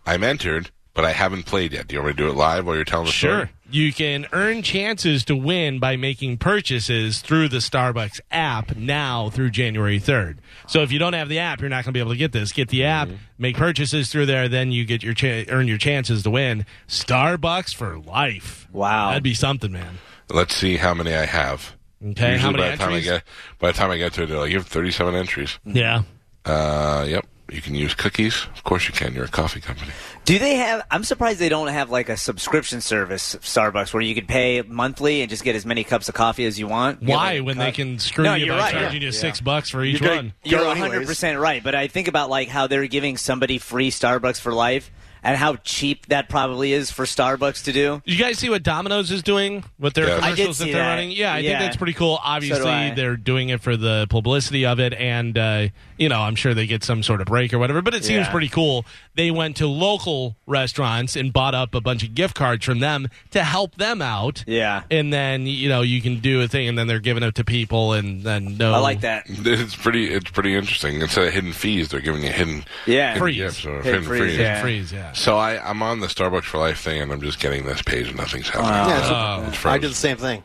Speaker 3: I'm entered, but I haven't played yet. Do you want me to do it live while you're telling the
Speaker 4: Sure.
Speaker 3: story?
Speaker 4: You can earn chances to win by making purchases through the Starbucks app now through January 3rd. So if you don't have the app, you're not going to be able to get this. Get the
Speaker 5: Mm-hmm.
Speaker 4: app, make purchases through there, then you get your cha- earn your chances to win Starbucks for life.
Speaker 5: Wow.
Speaker 4: That'd be something, man.
Speaker 3: Let's see how many I have.
Speaker 4: Okay, how
Speaker 3: Usually
Speaker 4: many
Speaker 3: by the time I
Speaker 4: entries?
Speaker 3: get by the time I get to it, they're like, you have 37 entries.
Speaker 4: Yeah.
Speaker 3: Uh, yep. You can use cookies. Of course you can. You're a coffee company.
Speaker 5: Do they have? I'm surprised they don't have like a subscription service, Starbucks, where you could pay monthly and just get as many cups of coffee as you want.
Speaker 4: Why when they can screw
Speaker 5: No,
Speaker 4: you
Speaker 5: you're
Speaker 4: by
Speaker 5: right,
Speaker 4: charging
Speaker 5: yeah.
Speaker 4: you 6 bucks for each
Speaker 6: You're
Speaker 4: one?
Speaker 5: You're
Speaker 6: Go
Speaker 5: 100 percent right, but I think about like how they're giving somebody free Starbucks for life, and how cheap that probably is for Starbucks to do.
Speaker 4: You guys see what Domino's is doing with their
Speaker 3: Yeah. I did
Speaker 4: commercials that
Speaker 5: see
Speaker 4: they're
Speaker 5: that.
Speaker 4: running? Yeah, I
Speaker 5: Yeah.
Speaker 4: think that's pretty cool. Obviously,
Speaker 5: I.
Speaker 4: they're doing it for the publicity of it, and uh, you know, I'm sure they get some sort of break or whatever. But it seems
Speaker 5: Yeah.
Speaker 4: pretty cool. They went to local restaurants and bought up a bunch of gift cards from them to help them out.
Speaker 5: Yeah.
Speaker 4: and then you know you can do a thing, and then they're giving it to people, and then no,
Speaker 5: I
Speaker 3: Oh.
Speaker 5: like that.
Speaker 3: It's pretty. It's pretty interesting. Instead of hidden fees, they're giving you hidden
Speaker 5: Yeah.
Speaker 3: hidden
Speaker 4: Freeze.
Speaker 3: gifts or
Speaker 5: Hidden
Speaker 3: hidden
Speaker 5: freeze,
Speaker 3: freeze.
Speaker 5: yeah.
Speaker 4: freeze. Yeah,
Speaker 3: So I, I'm on the Starbucks for Life thing, and I'm just getting this page, and nothing's
Speaker 6: Yeah,
Speaker 3: happening.
Speaker 6: it's-
Speaker 3: It's
Speaker 6: I
Speaker 3: frozen.
Speaker 6: did the same thing.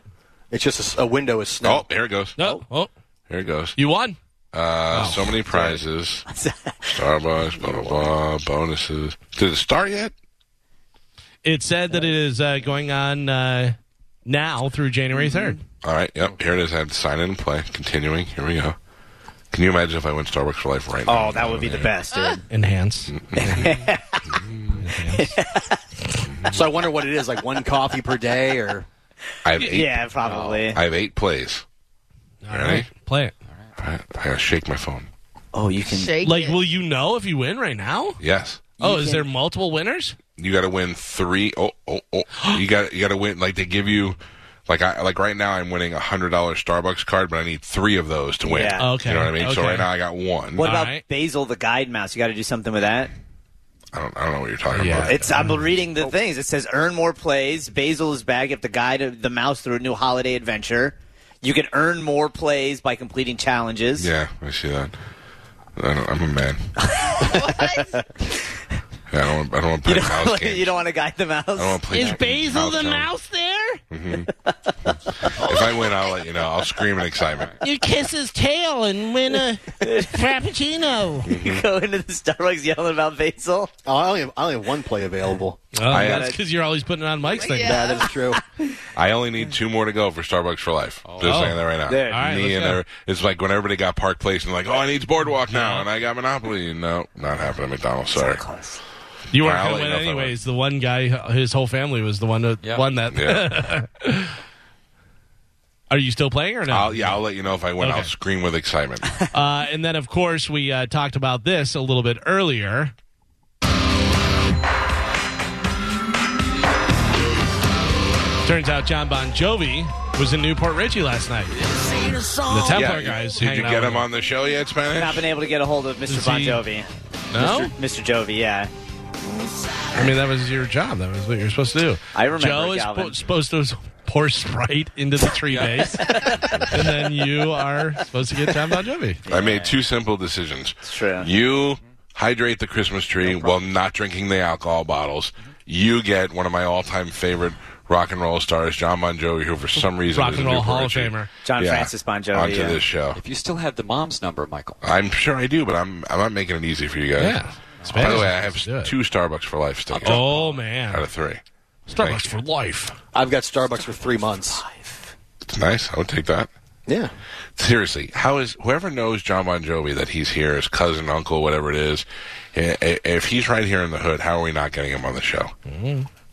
Speaker 6: It's just a s- a, window is snow.
Speaker 3: Oh, here it goes.
Speaker 4: no, oh,
Speaker 3: Here it goes.
Speaker 4: you won.
Speaker 3: Uh, So many prizes. Starbucks, blah blah blah, bonuses. Did it start yet?
Speaker 4: It said that it is uh, going on uh, now through January 3rd
Speaker 5: Mm-hmm.
Speaker 3: All right. Yep. Here it is. I had to sign in and play. Continuing. Here we go. Can you imagine if I went Starbucks for Life right now?
Speaker 5: Oh, that would be the best, dude.
Speaker 4: Enhance.
Speaker 12: Oh.
Speaker 6: So I wonder what it is, like one coffee per day or
Speaker 3: I have eight.
Speaker 5: Oh, yeah, probably.
Speaker 3: oh. I have eight plays.
Speaker 4: All
Speaker 3: Ready?
Speaker 4: right, play it.
Speaker 3: All right, I gotta shake my phone.
Speaker 5: Oh, you can.
Speaker 13: Shake
Speaker 4: Like,
Speaker 13: it.
Speaker 4: will you know if you win right now?
Speaker 3: Yes.
Speaker 4: Oh, is there multiple winners?
Speaker 3: you got to win three. Oh, oh, oh. You got you got to win. Like they give you, like I like right now I'm winning a hundred dollar Starbucks card, but I need three of those to win.
Speaker 5: Yeah.
Speaker 4: Okay,
Speaker 3: You know what I mean? So
Speaker 4: okay.
Speaker 3: right now I got one.
Speaker 5: What
Speaker 4: All
Speaker 5: about
Speaker 4: right.
Speaker 5: Basil the guide mouse? You got to do something with that.
Speaker 3: I don't I don't know what you're talking
Speaker 4: Yeah.
Speaker 3: about.
Speaker 5: It's I'm reading
Speaker 3: Oh.
Speaker 5: the things. It says earn more plays. Basil is back. If the guide the mouse through a new holiday adventure, you can earn more plays by completing challenges.
Speaker 3: Yeah, I see that. I don't, I'm a man.
Speaker 13: What?
Speaker 3: I don't I don't want to
Speaker 5: You
Speaker 3: play mouse
Speaker 5: don't,
Speaker 3: games.
Speaker 5: you don't want to guide the mouse.
Speaker 3: I don't want to play.
Speaker 4: Is
Speaker 3: mouse-
Speaker 4: Basil the
Speaker 3: games.
Speaker 4: mouse there?
Speaker 3: If I win, I'll let you know. I'll scream in excitement.
Speaker 4: You kiss his tail and win a frappuccino.
Speaker 5: You go into the Starbucks yelling about Basil.
Speaker 12: Oh, I only have, I only have one play available.
Speaker 4: Oh,
Speaker 3: I, uh,
Speaker 4: that's because you're always putting on Mike's thing.
Speaker 13: Yeah.
Speaker 12: That is true.
Speaker 3: I only need two more to go for Starbucks for life. Just
Speaker 4: Oh.
Speaker 3: saying that right now.
Speaker 5: There. All
Speaker 4: right,
Speaker 3: Me
Speaker 4: let's
Speaker 3: and
Speaker 4: go.
Speaker 3: every- it's like when everybody got Park Place and like, oh, I need Boardwalk now, and I got Monopoly. No, not happening at McDonald's. Sorry.
Speaker 5: Close.
Speaker 4: You weren't
Speaker 3: Yeah, I'll
Speaker 4: going
Speaker 3: let you
Speaker 4: to win
Speaker 3: know if I
Speaker 4: anyways. The one guy, his whole family was the one that won that.
Speaker 3: Yeah.
Speaker 4: Are you still playing or no?
Speaker 3: I'll, yeah, I'll let you know if I win.
Speaker 4: Okay.
Speaker 3: I'll scream with excitement.
Speaker 4: Uh, and then, of course, we uh, talked about this a little bit earlier. Turns out John Bon Jovi was in Newport Richie last night. The Templar
Speaker 3: yeah,
Speaker 4: guys.
Speaker 3: Did you
Speaker 4: hanging out
Speaker 3: get
Speaker 4: with-
Speaker 3: him on the show yet, Spanish?
Speaker 5: Not been able to get a hold of Mr.
Speaker 4: Does
Speaker 5: Bon
Speaker 4: he-
Speaker 5: Jovi.
Speaker 4: No,
Speaker 5: Mr. Jovi, yeah.
Speaker 4: I mean that was your job. That was what you're supposed to do.
Speaker 5: I remember,
Speaker 4: Joe is
Speaker 5: Galvin.
Speaker 4: po- supposed to pour Sprite into the tree base, and then you are supposed to get John Bon Jovi.
Speaker 3: I made two simple decisions. It's
Speaker 5: true. Mm-hmm.
Speaker 3: You hydrate the Christmas tree while not drinking the alcohol bottles.
Speaker 5: Mm-hmm.
Speaker 3: You get one of my all-time favorite rock and roll stars, John Bon Jovi, who for some reason
Speaker 4: Rock
Speaker 3: is
Speaker 4: and
Speaker 3: a
Speaker 4: roll
Speaker 3: Newport
Speaker 4: Hall of
Speaker 3: Richie,
Speaker 4: Famer.
Speaker 5: John Francis Bon Jovi.
Speaker 3: onto
Speaker 5: yeah.
Speaker 3: this show.
Speaker 14: If you still have the mom's number, Michael.
Speaker 3: I'm sure I do, but I'm I'm not making it easy for you guys.
Speaker 4: Yeah.
Speaker 3: By the way, I
Speaker 4: Spanish
Speaker 3: have
Speaker 4: is good.
Speaker 3: two Starbucks for life still
Speaker 4: Oh
Speaker 3: out
Speaker 4: man,
Speaker 3: of three.
Speaker 4: Starbucks for life.
Speaker 12: I've got Starbucks for three months.
Speaker 3: It's nice. I would take that.
Speaker 12: Yeah.
Speaker 3: Seriously, how is whoever knows John Bon Jovi that he's here, his cousin, uncle, whatever it is? i- i- If he's right here in the hood, how are we not getting him on the show?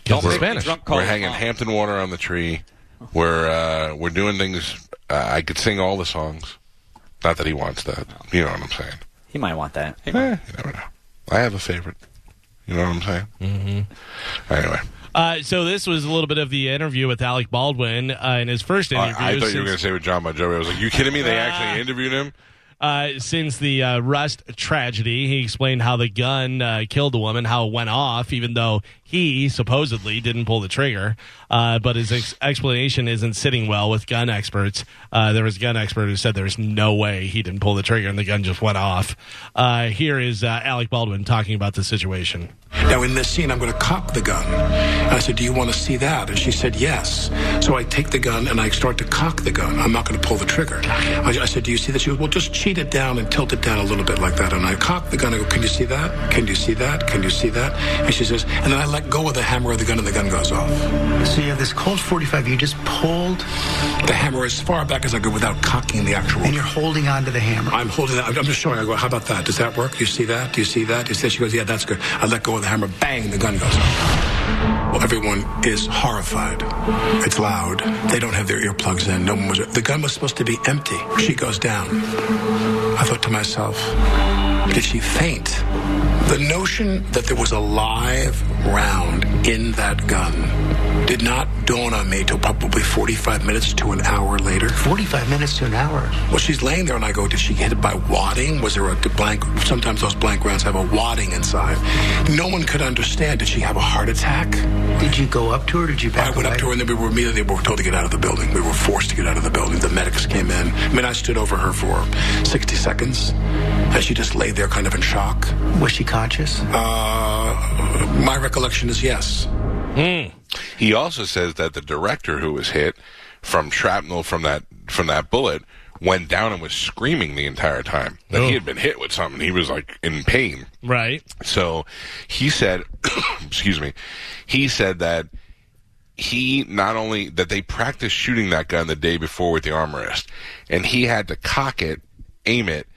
Speaker 4: Don't
Speaker 14: make me drunk
Speaker 3: We're
Speaker 14: calling
Speaker 3: hanging
Speaker 14: mom.
Speaker 3: Hampton Water on the tree. We're uh, we're doing things. Uh, I could sing all the songs. Not that he wants that. You know what I'm saying?
Speaker 5: He might want that.
Speaker 3: Eh, you never know. I have a favorite. You know what I'm saying? Mm-hmm. Anyway,
Speaker 4: Uh, so this was a little bit of the interview with Alec Baldwin uh, in his first interview.
Speaker 3: I, I thought you were going to
Speaker 4: since,
Speaker 3: say with John Bon Jovi. I was like, you kidding me? They actually interviewed him.
Speaker 4: uh, since the uh, Rust tragedy, he explained how the gun uh, killed the woman, how it went off, even though he supposedly didn't pull the trigger. Uh, but his ex- explanation isn't sitting well with gun experts. Uh, there was a gun expert who said there's no way he didn't pull the trigger and the gun just went off. Uh, here is uh, Alec Baldwin talking about the situation.
Speaker 6: Now, in this scene, I'm going to cock the gun. And I said, Do you want to see that? And she said, Yes. So I take the gun and I start to cock the gun. I'm not going to pull the trigger. I, I said, Do you see that? She goes, Well, just cheat it down and tilt it down a little bit like that. And I cock the gun. I go, Can you see that? Can you see that? Can you see that? And she says, And then I let go of the hammer of the gun and the gun goes off.
Speaker 7: So you have this Colt 45 you just pulled,
Speaker 6: The hammer as far back as I go without cocking the actual.
Speaker 7: and you're holding onto the hammer.
Speaker 6: I'm holding that. I'm I'm just showing. her. I go, How about that? Does that work? Do you see that? Do you see that? Do you see that? She goes, Yeah, that's good. I let go of the hammer. Bang, the gun goes off. Well, everyone is horrified. It's loud. They don't have their earplugs in. No one was. The gun was supposed to be empty. She goes down. I thought to myself, did she faint? The notion that there was a live round in that gun did not dawn on me till probably 45 minutes to an hour later.
Speaker 7: 45 minutes to an hour.
Speaker 6: Well, she's laying there, and I go, did she hit it by wadding? Was there a blank? Sometimes those blank rounds have a wadding inside. No one could understand. Did she have a heart attack?
Speaker 7: Did you go up to her? Or did you
Speaker 6: I
Speaker 7: back
Speaker 6: went
Speaker 7: away?
Speaker 6: up to her, and then we were immediately we were told to get out of the building. We were forced to get out of the building. The medics came in. I mean, I stood over her for 60 seconds, and she just lay there, kind of in shock.
Speaker 7: Was she conscious?
Speaker 6: Uh, my recollection is yes.
Speaker 3: He also says that the director who was hit from shrapnel from that from that bullet went down and was screaming the entire time that he had been hit with something. He was like in pain.
Speaker 4: Right.
Speaker 3: So he said, excuse me, he said that he not only that they practiced shooting that gun the day before with the armorist, and he had to cock it, aim it,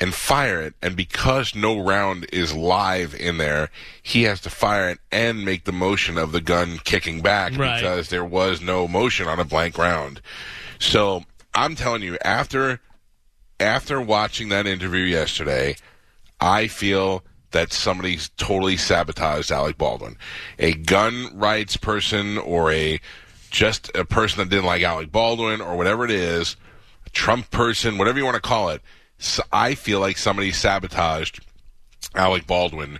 Speaker 3: and fire it. And because no round is live in there, he has to fire it and make the motion of the gun kicking back
Speaker 4: Right.
Speaker 3: because there was no motion on a blank round. So I'm telling you, after after watching that interview yesterday, I feel that somebody's totally sabotaged Alec Baldwin. A gun rights person or a just a person that didn't like Alec Baldwin or whatever it is, a Trump person, whatever you want to call it. So I feel like somebody sabotaged Alec Baldwin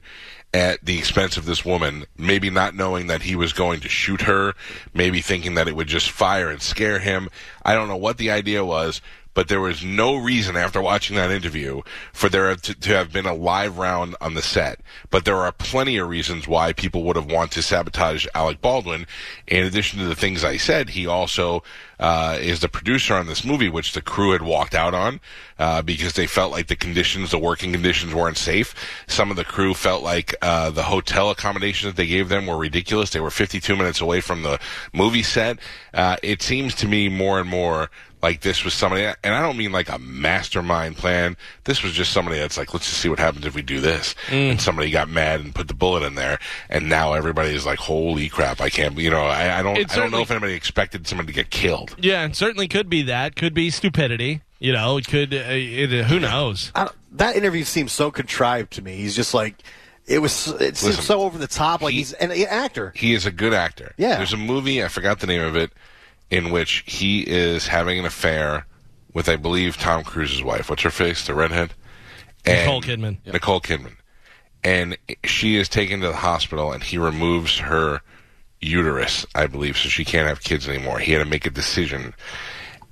Speaker 3: at the expense of this woman, maybe not knowing that he was going to shoot her, maybe thinking that it would just fire and scare him. I don't know what the idea was, but there was no reason after watching that interview for there to, to have been a live round on the set. But there are plenty of reasons why people would have wanted to sabotage Alec Baldwin. In addition to the things I said, he also uh, is the producer on this movie, which the crew had walked out on uh, because they felt like the conditions, the working conditions, weren't safe. Some of the crew felt like uh, the hotel accommodations that they gave them were ridiculous. They were 52 minutes away from the movie set. Uh, it seems to me more and more like this was somebody, and I don't mean like a mastermind plan. This was just somebody that's like, let's just see what happens if we do this. And somebody got mad and put the bullet in there, and now everybody is like, holy crap, I can't. You know, I, I don't,
Speaker 4: It
Speaker 3: I don't know
Speaker 4: certainly-
Speaker 3: if anybody expected someone to get killed.
Speaker 4: Yeah, it certainly could be that. Could be stupidity. You know, it could. Uh, it, who knows?
Speaker 6: I don't- that interview seems so contrived to me. He's just like, it was. It seems
Speaker 3: Listen,
Speaker 6: so over the top. Like he's an, an actor.
Speaker 3: He is a good actor.
Speaker 6: Yeah.
Speaker 3: There's a movie, I forgot the name of it, in which he is having an affair with, I believe, Tom Cruise's wife. What's her face? The redhead?
Speaker 4: Nicole Kidman.
Speaker 3: Nicole Kidman. And she is taken to the hospital, and he removes her uterus, I believe, so she can't have kids anymore. He had to make a decision.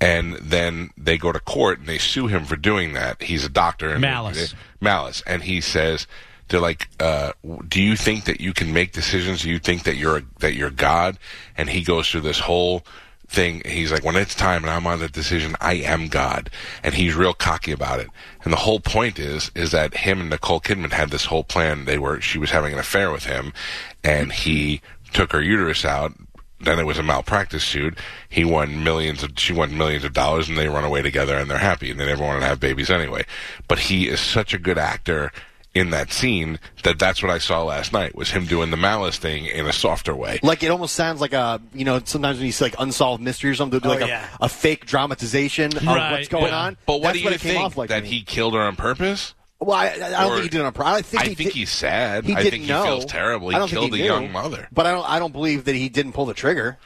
Speaker 3: And then they go to court and they sue him for doing that. He's a doctor. And
Speaker 4: Malice.
Speaker 3: Malice. And he says, they're like, uh, do you think that you can make decisions? Do you think that you're, that you're God? And he goes through this whole thing. He's like, when it's time and I'm on that decision, I am God. And he's real cocky about it. And the whole point is, is that him and Nicole Kidman had this whole plan. They were, she was having an affair with him and he took her uterus out. Then it was a malpractice suit. He won millions of, she won millions of dollars and they run away together and they're happy and they never wanted to have babies anyway. But he is such a good actor in that scene that that's what I saw last night was him doing the malice thing in a softer way.
Speaker 6: Like it almost sounds like a you know sometimes when you see like unsolved mystery or something, they'll
Speaker 3: Oh,
Speaker 6: do like a,
Speaker 3: yeah.
Speaker 6: a fake dramatization of what's going on.
Speaker 3: But what
Speaker 6: That's
Speaker 3: do
Speaker 6: what
Speaker 3: you
Speaker 6: it came
Speaker 3: think
Speaker 6: off like to
Speaker 3: that
Speaker 6: me.
Speaker 3: he killed her on purpose?
Speaker 6: Well, I, I don't
Speaker 3: Or-
Speaker 6: think he did it on purpose. I think,
Speaker 3: I
Speaker 6: he
Speaker 3: think
Speaker 6: did-
Speaker 3: he's sad.
Speaker 6: He
Speaker 3: I
Speaker 6: didn't
Speaker 3: think he
Speaker 6: know.
Speaker 3: feels terrible. He
Speaker 6: I don't think
Speaker 3: killed
Speaker 6: he
Speaker 3: a
Speaker 6: knew.
Speaker 3: young mother.
Speaker 6: But I don't. I don't believe that he didn't pull the trigger.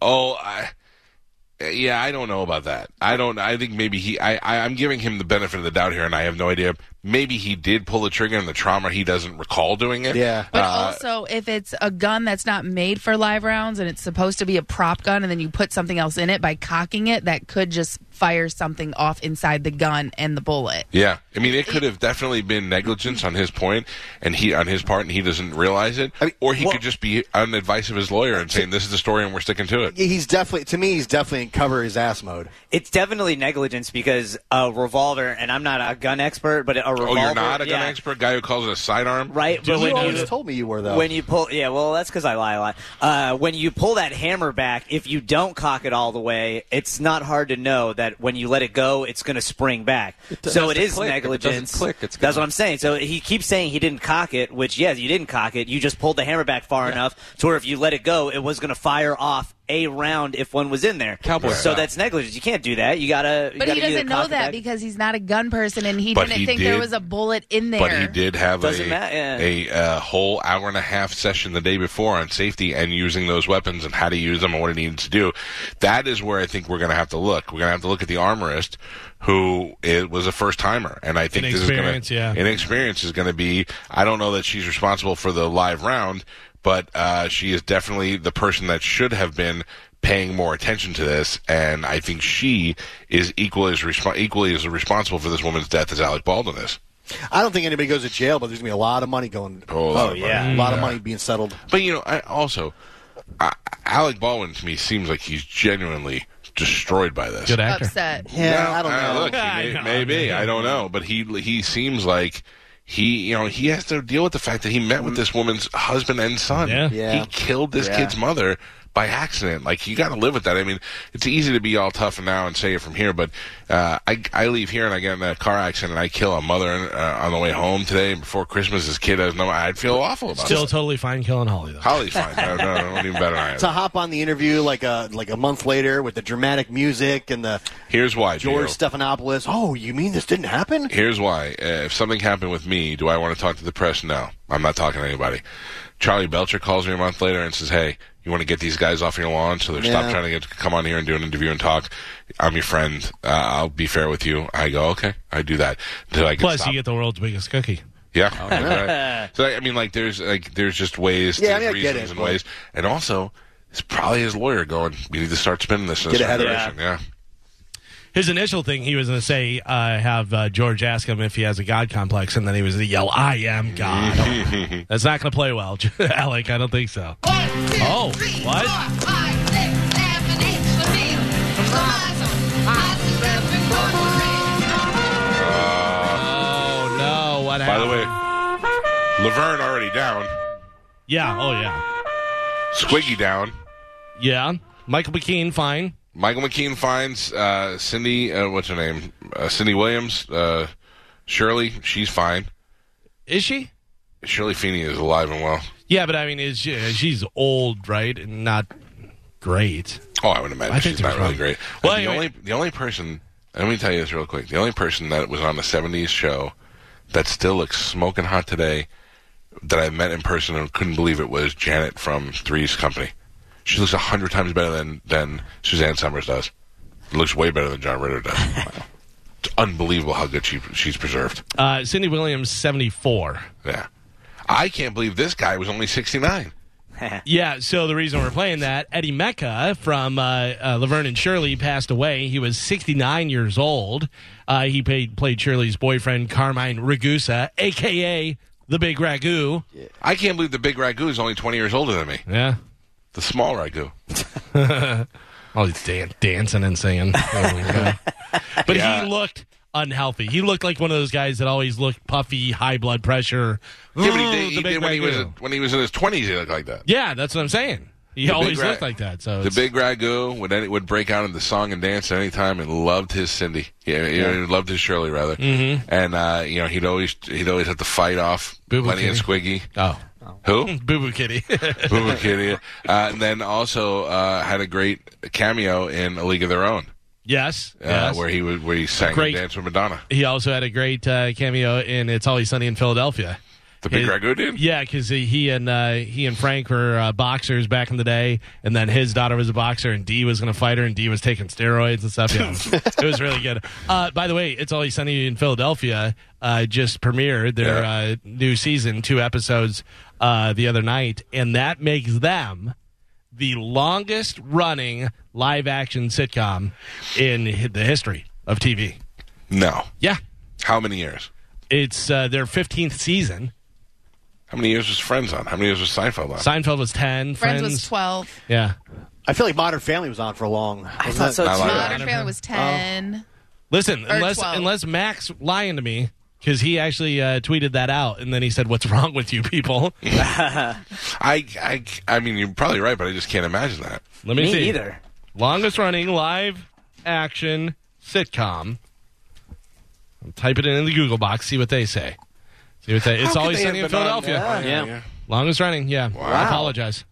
Speaker 3: Oh, I, yeah, I don't know about that. I don't. I think maybe he. I, I I'm giving him the benefit of the doubt here, and I have no idea. Maybe he did pull the trigger, and the trauma he doesn't recall doing it. Yeah,
Speaker 7: But also, if it's a gun that's not made for live rounds and it's supposed to be a prop gun, and then you put something else in it by cocking it, that could just fire something off inside the gun and the bullet.
Speaker 3: Yeah, I mean, it could have definitely been negligence on his point, and he on his part, and he doesn't realize it, or he could just be on the advice of his lawyer and saying, "This is the story, and we're sticking to it."
Speaker 6: He's definitely to me. He's definitely in cover his ass mode.
Speaker 5: It's definitely negligence because a revolver, and I'm not a gun expert, but a revolver.
Speaker 3: Oh, you're not a gun
Speaker 5: yeah.
Speaker 3: expert guy who calls it a sidearm,
Speaker 5: right? but when you-
Speaker 6: me you were
Speaker 5: When you pull, yeah, well, that's because I lie a lot. Uh, when you pull that hammer back, if you don't cock it all the way, it's not hard to know that when you let it go, it's going to spring back.
Speaker 11: does
Speaker 5: so it
Speaker 11: to
Speaker 5: is
Speaker 11: click. If it doesn't
Speaker 5: negligence.
Speaker 11: click, it's
Speaker 5: that's what I'm saying. So he keeps saying he didn't cock it, which yes, you didn't cock it. You just pulled the hammer back far enough to where if you let it go, it was going to fire off a round if one was in there.
Speaker 11: Cowboy
Speaker 5: So
Speaker 11: style.
Speaker 5: that's negligence. You can't do that. You gotta. you
Speaker 7: But he
Speaker 5: gotta either
Speaker 7: doesn't know
Speaker 5: cock it
Speaker 7: that
Speaker 5: back-
Speaker 7: because he's not a gun person, and he
Speaker 3: But
Speaker 7: didn't
Speaker 3: he
Speaker 7: think there
Speaker 3: did.
Speaker 7: was a bullet in there.
Speaker 3: But he did have
Speaker 5: Doesn't
Speaker 3: a,
Speaker 5: matter, yeah.
Speaker 3: a uh, whole hour and a half session the day before on safety and using those weapons and how to use them and what it needs to do. That is where I think we're going to have to look. We're going to have to look at the armorist who it was a first timer, and I think this is going
Speaker 4: Inexperience,
Speaker 3: to
Speaker 4: yeah.
Speaker 3: inexperience is going to be. I don't know that she's responsible for the live round, but uh, she is definitely the person that should have been paying more attention to this, and I think she is equally as respo- equally as responsible for this woman's death as Alec Baldwin is.
Speaker 6: I don't think anybody goes to jail, but there's gonna be a lot of money going.
Speaker 3: Oh, a lot of money.
Speaker 6: a lot of
Speaker 3: Yeah.
Speaker 6: money being settled.
Speaker 3: But you know, I also I, Alec Baldwin to me seems like he's genuinely destroyed by this.
Speaker 4: Good actor.
Speaker 7: Upset.
Speaker 6: Yeah, I don't
Speaker 3: Uh,
Speaker 6: know.
Speaker 3: look, he may, maybe I don't know, but he he seems like he you know he has to deal with the fact that he met with this woman's husband and son.
Speaker 4: Yeah.
Speaker 6: Yeah.
Speaker 3: he killed this
Speaker 6: Yeah.
Speaker 3: kid's mother by accident. Like you got to live with that. I mean, it's easy to be all tough now and say it from here, but uh, I I leave here and I get in a car accident and I kill a mother uh, on the way home today before Christmas. This kid has no. I'd feel awful about
Speaker 4: Still
Speaker 3: it.
Speaker 4: totally fine killing Holly, though.
Speaker 3: Holly's fine. No, no, no, even better than I am.
Speaker 6: to hop on the interview like a like a month later with the dramatic music and the
Speaker 3: Here's why,
Speaker 6: George
Speaker 3: Gio.
Speaker 6: Stephanopoulos. Oh, you mean this didn't happen?
Speaker 3: Here's why. Uh, if something happened with me, do I want to talk to the press? No. I'm not talking to anybody. Charlie Belcher calls me a month later and says, hey, you want to get these guys off your lawn so they're stop
Speaker 6: Yeah.
Speaker 3: trying to get come on here and do an interview and talk. I'm your friend. Uh, I'll be fair with you. I go, okay, I do that. Until I get
Speaker 4: Plus,
Speaker 3: stopped.
Speaker 4: you get the world's biggest cookie.
Speaker 3: Yeah.
Speaker 4: yeah.
Speaker 3: Right. So I mean, like, there's like there's just ways,
Speaker 4: Yeah,
Speaker 3: yeah,
Speaker 4: I mean, I get
Speaker 3: reasons
Speaker 4: it,
Speaker 3: and
Speaker 4: but-
Speaker 3: ways, and also it's probably his lawyer going, "We need to start spinning this." in a
Speaker 4: Get ahead
Speaker 3: certain
Speaker 4: of it.
Speaker 3: direction." Yeah.
Speaker 4: His initial thing, he was going to say, uh, have uh, George ask him if he has a God complex, and then he was going to yell, I am God. That's not going to play well, Alec. I don't think so. Oh, what? Oh, no. What
Speaker 3: By the
Speaker 4: happened?
Speaker 3: way, Laverne already down,
Speaker 4: Yeah. Oh, yeah.
Speaker 3: Squiggy down.
Speaker 4: Yeah. Michael McKean, fine.
Speaker 3: Michael McKean finds uh, Cindy. Uh, what's her name? Uh, Cindy Williams. Uh, Shirley. She's fine.
Speaker 4: Is she?
Speaker 3: Shirley Feeney is alive and well.
Speaker 4: Yeah, but I mean, is she, she's old, right? And not great.
Speaker 3: Oh, I would imagine
Speaker 4: I think
Speaker 3: she's not
Speaker 4: there's
Speaker 3: really
Speaker 4: one.
Speaker 3: great.
Speaker 4: Well,
Speaker 3: Uh, the
Speaker 4: anyway-
Speaker 3: only the only person. Let me tell you this real quick. The only person that was on the '70s show that still looks smoking hot today that I met in person and couldn't believe it was Janet from Three's Company. She looks a hundred times better than than Suzanne Summers does. Looks way better than John Ritter does. it's unbelievable how good she she's preserved.
Speaker 4: Uh, Cindy Williams, 74.
Speaker 3: Yeah. I can't believe this guy was only 69.
Speaker 4: Yeah, so the reason we're playing that, Eddie Mecca from uh, uh, Laverne and Shirley passed away. He was 69 years old. Uh, he paid, played Shirley's boyfriend, Carmine Ragusa, a.k.a. the Big Ragu.
Speaker 3: I can't believe the big ragu is only 20 years older than me.
Speaker 4: Yeah.
Speaker 3: The small ragu.
Speaker 4: All he's dan- dancing and singing. Oh, yeah. But he looked unhealthy. He looked like one of those guys that always looked puffy, high blood pressure.
Speaker 3: Yeah, but he
Speaker 4: Ooh,
Speaker 3: did, he
Speaker 4: Mm, the Big
Speaker 3: did when, he was,
Speaker 4: Ragu.
Speaker 3: when he was in his 20s, he looked like that.
Speaker 4: Yeah, that's what I'm saying. He
Speaker 3: The Big
Speaker 4: always
Speaker 3: Ra-
Speaker 4: looked like that. So
Speaker 3: the
Speaker 4: it's-
Speaker 3: big ragu would any, would break out into song and dance at any time and loved his Cindy. Yeah, you know, he loved his Shirley rather.
Speaker 4: Mhm.
Speaker 3: And uh, you know he'd always he'd always have to fight off
Speaker 4: Boo Boo
Speaker 3: Lenny and Squiggy.
Speaker 4: Oh,
Speaker 3: who?
Speaker 4: Boo Boo Kitty.
Speaker 3: Boo Boo Kitty. Uh, and then also uh, had a great cameo in A League of Their Own,
Speaker 4: yes,
Speaker 3: uh,
Speaker 4: yes.
Speaker 3: where he would where he sang
Speaker 4: Great.
Speaker 3: and danced with Madonna.
Speaker 4: He also had a great uh, cameo in "It's Always Sunny in Philadelphia."
Speaker 3: The Big
Speaker 4: His-
Speaker 3: Ragu did?
Speaker 4: yeah, because he, he and uh, he and Frank were uh, boxers back in the day, and then his daughter was a boxer, and Dee was going to fight her, and Dee was taking steroids and stuff. Yeah, it was- it was really good. Uh, by the way, "It's Always Sunny in Philadelphia" uh, just premiered their uh, new season, two episodes uh, the other night, and that makes them the longest running live action sitcom in hi- the history of TV.
Speaker 3: No.
Speaker 4: Yeah.
Speaker 3: How many years?
Speaker 4: It's uh, their 15th season.
Speaker 3: How many years was Friends on? How many years was Seinfeld on?
Speaker 4: Seinfeld was 10. Friends,
Speaker 7: Friends was 12.
Speaker 4: Yeah.
Speaker 6: I feel like Modern Family was on for long. I
Speaker 7: thought so,
Speaker 3: Not too. like that.
Speaker 7: Modern Family
Speaker 4: Oh.
Speaker 7: was 10.
Speaker 4: Listen,
Speaker 7: Or
Speaker 4: unless
Speaker 7: 12.
Speaker 4: unless Max lying to me because he actually uh, tweeted that out and then he said, "What's wrong with you people?"
Speaker 3: I, I, I mean, you're probably right, but I just can't imagine that.
Speaker 4: Let me, see. Longest running live action sitcom. Type it in the Google box. See what they say. See what they.
Speaker 3: How
Speaker 4: it's
Speaker 3: could
Speaker 4: always
Speaker 3: they
Speaker 4: sunny in
Speaker 3: have been on-
Speaker 4: Philadelphia.
Speaker 3: Yeah, yeah.
Speaker 4: Longest running. Yeah. I
Speaker 3: Wow.
Speaker 4: apologize.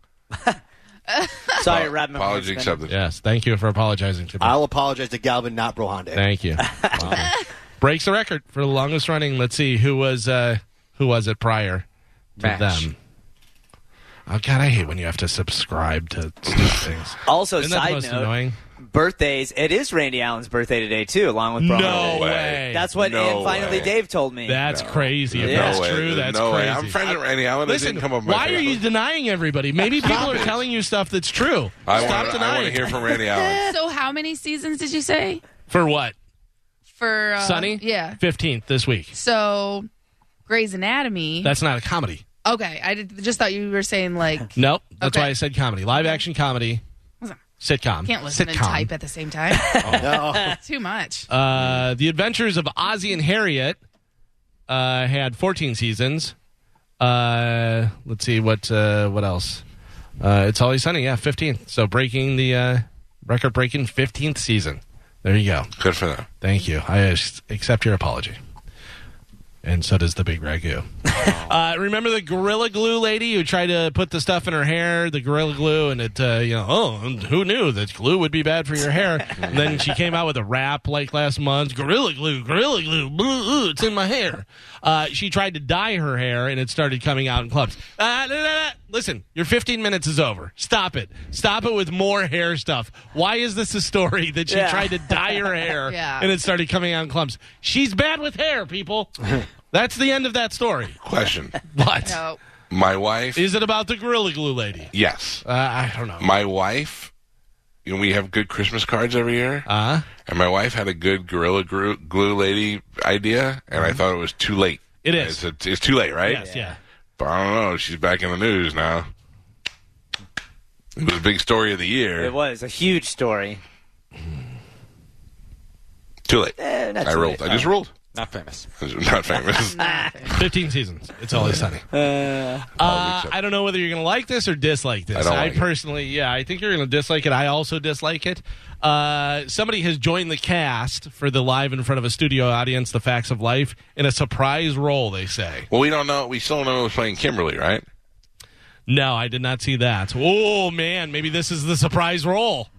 Speaker 6: Sorry, Rob.
Speaker 3: Apology accepted.
Speaker 4: Yes. Thank you for apologizing to me.
Speaker 6: I'll apologize to Galvin, not Brohande.
Speaker 4: Thank you. Wow. Breaks the record for the longest running. Let's see who was uh, who was it prior to
Speaker 5: Max.
Speaker 4: them. Oh God, I hate when you have to subscribe to stupid things.
Speaker 5: Also,
Speaker 4: Isn't that the
Speaker 5: side
Speaker 4: most
Speaker 5: note,
Speaker 4: annoying?
Speaker 5: birthdays. It is Randy Allen's birthday today too, along with Brian.
Speaker 4: No way.
Speaker 5: That's what
Speaker 3: No
Speaker 5: and finally
Speaker 3: way.
Speaker 5: Dave told me.
Speaker 4: That's crazy. If
Speaker 3: No
Speaker 4: that's
Speaker 3: way.
Speaker 4: true, that's
Speaker 3: No way.
Speaker 4: crazy.
Speaker 3: I'm friends with Randy Allen. It
Speaker 4: Listen,
Speaker 3: didn't come up with my
Speaker 4: why are
Speaker 3: face.
Speaker 4: you denying everybody? Maybe people are telling you stuff that's true.
Speaker 3: I
Speaker 4: Stop
Speaker 3: wanna- I
Speaker 4: denying.
Speaker 3: wanna hear from Randy Allen.
Speaker 7: So, how many seasons did you say?
Speaker 4: For what?
Speaker 7: For uh,
Speaker 4: Sunny?
Speaker 7: Yeah.
Speaker 4: Fifteenth this week.
Speaker 7: So, Grey's Anatomy.
Speaker 4: That's not a comedy.
Speaker 7: okay. I did, just thought you were saying, like,
Speaker 4: Nope. That's
Speaker 7: Okay.
Speaker 4: why I said comedy. Live action comedy. Sitcom.
Speaker 7: can't listen
Speaker 4: sitcom. Oh.
Speaker 7: and type at the same time. Too much.
Speaker 4: Uh, the Adventures of Ozzie and Harriet uh, had 14 seasons. Uh, let's see what uh, what else. Uh, it's always sunny. Yeah, 15th. So breaking the uh, record breaking 15th season. There you go.
Speaker 3: Good for them.
Speaker 4: Thank you. I ex- accept your apology. And so does the big ragu. uh, remember the gorilla glue lady who tried to put the stuff in her hair, the gorilla glue, and it, uh, you know, oh, and who knew that glue would be bad for your hair? and then she came out with a rap like last month, gorilla glue, gorilla glue, blue, ooh, it's in my hair. Uh, she tried to dye her hair, and it started coming out in clubs. Ah, da, da, da. Listen, your 15 minutes is over. Stop it. Stop it with more hair stuff. Why is this a story that she
Speaker 15: Yeah.
Speaker 4: tried to dye her hair
Speaker 15: Yeah.
Speaker 4: and it started coming out in clumps? She's bad with hair, people. That's the end of that story.
Speaker 3: Question.
Speaker 4: What?
Speaker 3: My wife.
Speaker 4: Is it about the Gorilla Glue lady?
Speaker 3: Yes.
Speaker 4: Uh, I don't know.
Speaker 3: My wife. You know, we have good Christmas cards every year.
Speaker 4: Uh
Speaker 3: And my wife had a good Gorilla Glue, glue Lady idea, and I thought it was too late.
Speaker 4: Mm-hmm. It is.
Speaker 3: It's, it's too late, right?
Speaker 4: Yes, yeah.
Speaker 3: But I don't know. She's back in the news now. It was a big story of the year.
Speaker 5: It was a huge story.
Speaker 3: Too late.
Speaker 5: Eh, not
Speaker 3: I
Speaker 5: too
Speaker 3: rolled.
Speaker 5: late. Uh-huh.
Speaker 3: I just
Speaker 5: Oh.
Speaker 3: rolled.
Speaker 11: Not famous.
Speaker 3: Not famous.
Speaker 4: 15 seasons. It's always sunny.
Speaker 5: Uh,
Speaker 4: Uh, I don't know whether you're going to like this or dislike this.
Speaker 3: I don't like it.
Speaker 4: personally, yeah, I think you're going to dislike it. I also dislike it. Uh, somebody has joined the cast for the live in front of a studio audience, The Facts of Life, in a surprise role, they say.
Speaker 3: Well, we don't know. We still don't know who's playing Kimberly, right?
Speaker 4: No, I did not see that. Oh, man, maybe this is the surprise role.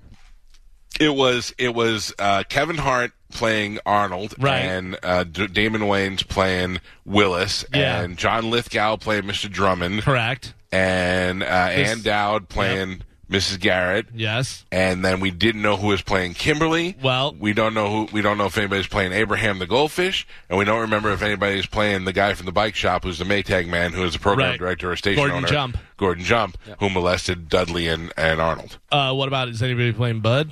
Speaker 3: It was it was uh, Kevin Hart playing Arnold,
Speaker 4: Right.
Speaker 3: and uh, D- Damon Wayans playing Willis,
Speaker 4: Yeah.
Speaker 3: and John Lithgow playing Mr. Drummond,
Speaker 4: Correct.
Speaker 3: and uh,
Speaker 4: This-
Speaker 3: Ann Dowd playing Mrs. Garrett.
Speaker 4: Yes.
Speaker 3: And then we didn't know who was playing Kimberly. Well, we don't know who. We don't know if anybody's playing Abraham the Goldfish, and we don't remember if anybody's playing the guy from the bike shop, who's the Maytag man, who is the program
Speaker 4: Right.
Speaker 3: director or station
Speaker 4: Gordon
Speaker 3: owner,
Speaker 4: Jump.
Speaker 3: Gordon Jump, who molested Dudley and, and Arnold.
Speaker 4: Uh, what about is anybody playing Bud?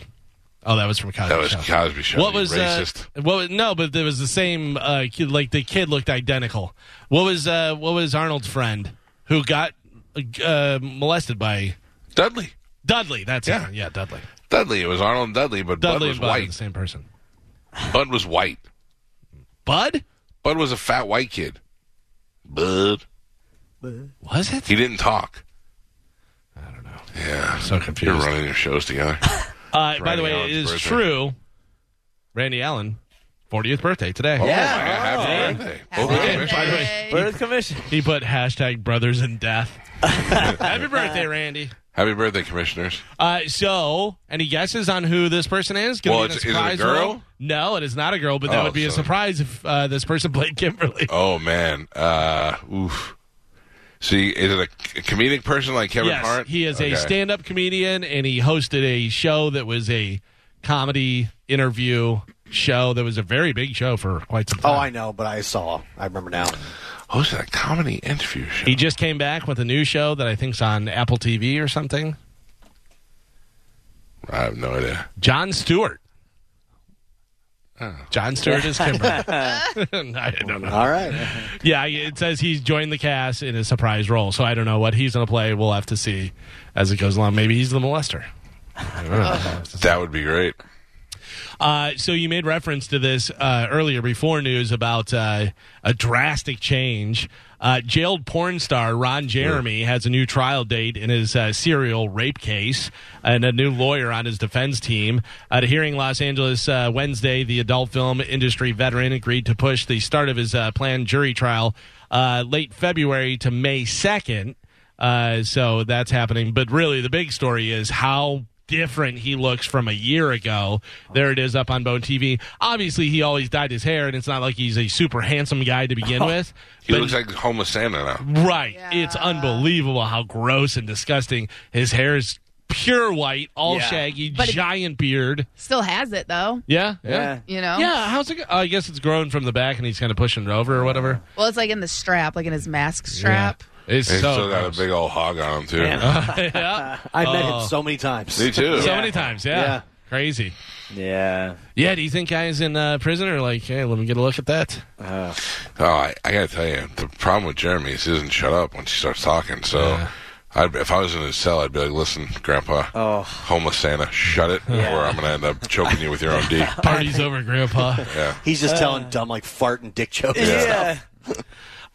Speaker 4: Oh, that was from Cosby.
Speaker 3: That was
Speaker 4: Show.
Speaker 3: Cosby Show.
Speaker 4: What
Speaker 3: You
Speaker 4: was
Speaker 3: racist?
Speaker 4: Uh, what was, no, but there was the same. Uh, kid, like the kid looked identical. What was uh, what was Arnold's friend who got uh, molested by
Speaker 3: Dudley?
Speaker 4: Dudley. That's yeah, it. yeah, Dudley.
Speaker 3: Dudley. It was Arnold and Dudley, but
Speaker 4: Dudley
Speaker 3: Bud was
Speaker 4: and Bud are the
Speaker 3: white.
Speaker 4: same person.
Speaker 3: Bud was white.
Speaker 4: Bud?
Speaker 3: Bud was a fat white kid. Bud.
Speaker 4: Was it?
Speaker 3: He didn't talk. I don't know. Yeah.
Speaker 4: So confused.
Speaker 3: You're running your shows together.
Speaker 4: Uh, by
Speaker 3: Randy
Speaker 4: the way,
Speaker 3: Allen's
Speaker 4: it is
Speaker 3: birthday.
Speaker 4: true. Randy Allen, 40th birthday today.
Speaker 3: Oh, Yeah. my God, happy
Speaker 4: Yeah.
Speaker 3: birthday.
Speaker 4: Happy
Speaker 3: Birthday.
Speaker 4: birthday. By the way,
Speaker 5: Birth commission.
Speaker 4: He put hashtag brothers in death. Happy birthday, Randy.
Speaker 3: Happy birthday, commissioners.
Speaker 4: Uh, so, any guesses on who this person is? Gonna
Speaker 3: Well,
Speaker 4: be in
Speaker 3: it's- is it a
Speaker 4: surprise
Speaker 3: girl?
Speaker 4: role? No, it is not a girl, but that
Speaker 3: Oh,
Speaker 4: would be a
Speaker 3: so-
Speaker 4: surprise if uh, this person played Kimberly.
Speaker 3: Oh man. Uh, oof. See, is it a c- comedic person like Kevin
Speaker 4: yes,
Speaker 3: Hart?
Speaker 4: he is
Speaker 3: Okay.
Speaker 4: a stand-up comedian, and he hosted a show that was a comedy interview show that was a very big show for quite some time.
Speaker 6: Oh, I know, but I saw. I remember now.
Speaker 3: Hosted a comedy interview show.
Speaker 4: He just came back with a new show that I think's on Apple TV or something.
Speaker 3: I have no idea.
Speaker 4: John Stewart.
Speaker 3: Oh.
Speaker 4: John Stewart is Kimberly. I don't know.
Speaker 6: All right.
Speaker 4: Yeah, it says he's joined the cast in a surprise role, so I don't know what he's going to play. We'll have to see as it goes along. Maybe he's the molester. I don't know.
Speaker 3: That would be great.
Speaker 4: Uh, so you made reference to this uh, earlier before news about uh, a drastic change. Uh, jailed porn star Ron Jeremy has a new trial date in his uh, serial rape case and a new lawyer on his defense team. At a hearing in Los Angeles uh, Wednesday, the adult film industry veteran agreed to push the start of his uh, planned jury trial uh, late February to May 2nd. Uh, so that's happening. But really, the big story is how different he looks from a year ago. There it is up on Bone TV. Obviously, he always dyed his hair, and it's not like he's a super handsome guy to begin with.
Speaker 3: He
Speaker 4: but-
Speaker 3: looks like homeless Santa now.
Speaker 4: Right. It's unbelievable how gross and disgusting. His hair is pure white, all
Speaker 7: Yeah.
Speaker 4: shaggy,
Speaker 7: But it-
Speaker 4: giant beard.
Speaker 7: Still has it though.
Speaker 4: Yeah?
Speaker 7: You know.
Speaker 4: Yeah, how's it? go- Oh, I guess it's growing from the back, and he's kind of pushing it over or whatever.
Speaker 7: Well, it's like in the strap, like in his mask strap.
Speaker 4: Yeah. It's
Speaker 3: He's
Speaker 4: so
Speaker 3: still got
Speaker 4: gross.
Speaker 3: a big old hog on him too.
Speaker 4: yeah.
Speaker 6: I've met
Speaker 4: Oh.
Speaker 6: him so many times.
Speaker 3: Me too.
Speaker 4: So many times, yeah.
Speaker 6: Yeah.
Speaker 4: Crazy.
Speaker 5: Yeah.
Speaker 4: Yeah, do you think guys in uh, prison are like, hey, let me get a look at that?
Speaker 3: Oh, I, I gotta tell you, the problem with Jeremy is he doesn't shut up when she starts talking. So, I'd, if I was in his cell, I'd be like, "Listen, Grandpa, homeless Santa, shut it, or I'm gonna end up choking you with your own D."
Speaker 4: Party's over, Grandpa.
Speaker 3: Yeah.
Speaker 6: He's just telling dumb, like, fart and dick jokes and
Speaker 3: Yeah.
Speaker 6: stuff.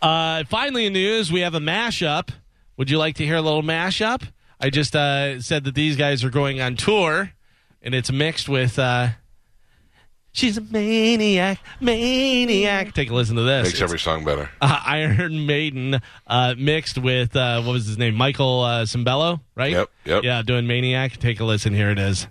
Speaker 4: Uh, finally, in news, we have a mashup. Would you like to hear a little mashup? I I just uh, said that these guys are going on tour, and it's mixed with. Uh, She's a maniac, maniac. Take a listen to this.
Speaker 3: Makes every song better.
Speaker 4: uh, Iron Maiden uh, mixed with uh, what was his name, Michael uh, Cimbello, right? Yep, yep. Yeah, doing Maniac. Take a listen. Here it is.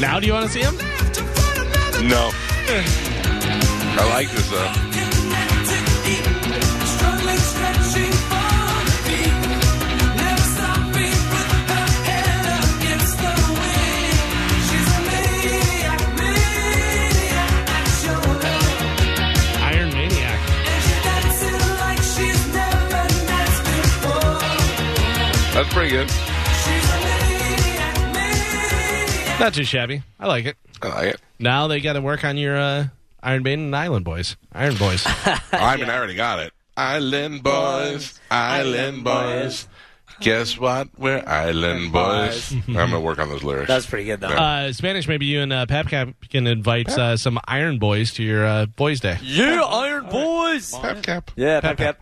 Speaker 4: Now, do you want to see him?
Speaker 3: No. I like this though.
Speaker 4: Iron Maniac.
Speaker 3: That's pretty good.
Speaker 4: Not too shabby. I like it.
Speaker 3: I like it.
Speaker 4: Now they got to work on your uh, Iron Maiden and Island Boys. Iron Boys.
Speaker 3: I mean, I already got it. Island boys, island boys. Guess what? We're island boys. I'm gonna work on those lyrics.
Speaker 5: That was pretty good though.
Speaker 4: Uh, Spanish, maybe you and uh, Pap Cap can invite uh, some Iron Boys to your uh, Boys Day.
Speaker 5: yeah, Iron Boys.
Speaker 3: Pap Cap.
Speaker 5: Yeah, Pap Cap.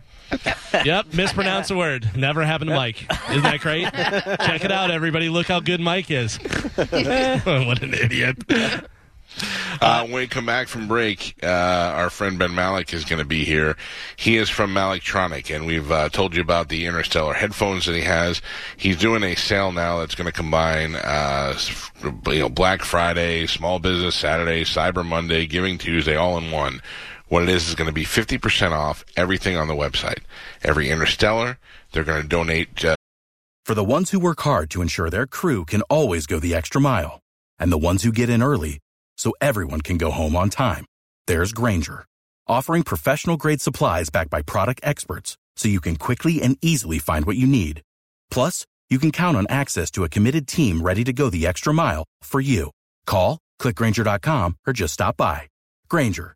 Speaker 4: yep, mispronounced a word. Never happened to Mike. Isn't that great? Check it out, everybody. Look how good Mike is. what an idiot.
Speaker 3: Uh, when we come back from break, uh, our friend Ben Malik is going to be here. He is from Maliktronic, and we've uh, told you about the Interstellar headphones that he has. He's doing a sale now that's going to combine uh, s- you know, Black Friday, Small Business Saturday, Cyber Monday, Giving Tuesday, all in one. What it is is going to be 50% off everything on the website. Every Interstellar, they're going to donate. Uh,
Speaker 16: For the ones who work hard to ensure their crew can always go the extra mile, and the ones who get in early so everyone can go home on time, there's Granger, offering professional grade supplies backed by product experts so you can quickly and easily find what you need. Plus, you can count on access to a committed team ready to go the extra mile for you. Call, clickgranger.com, or just stop by. Granger,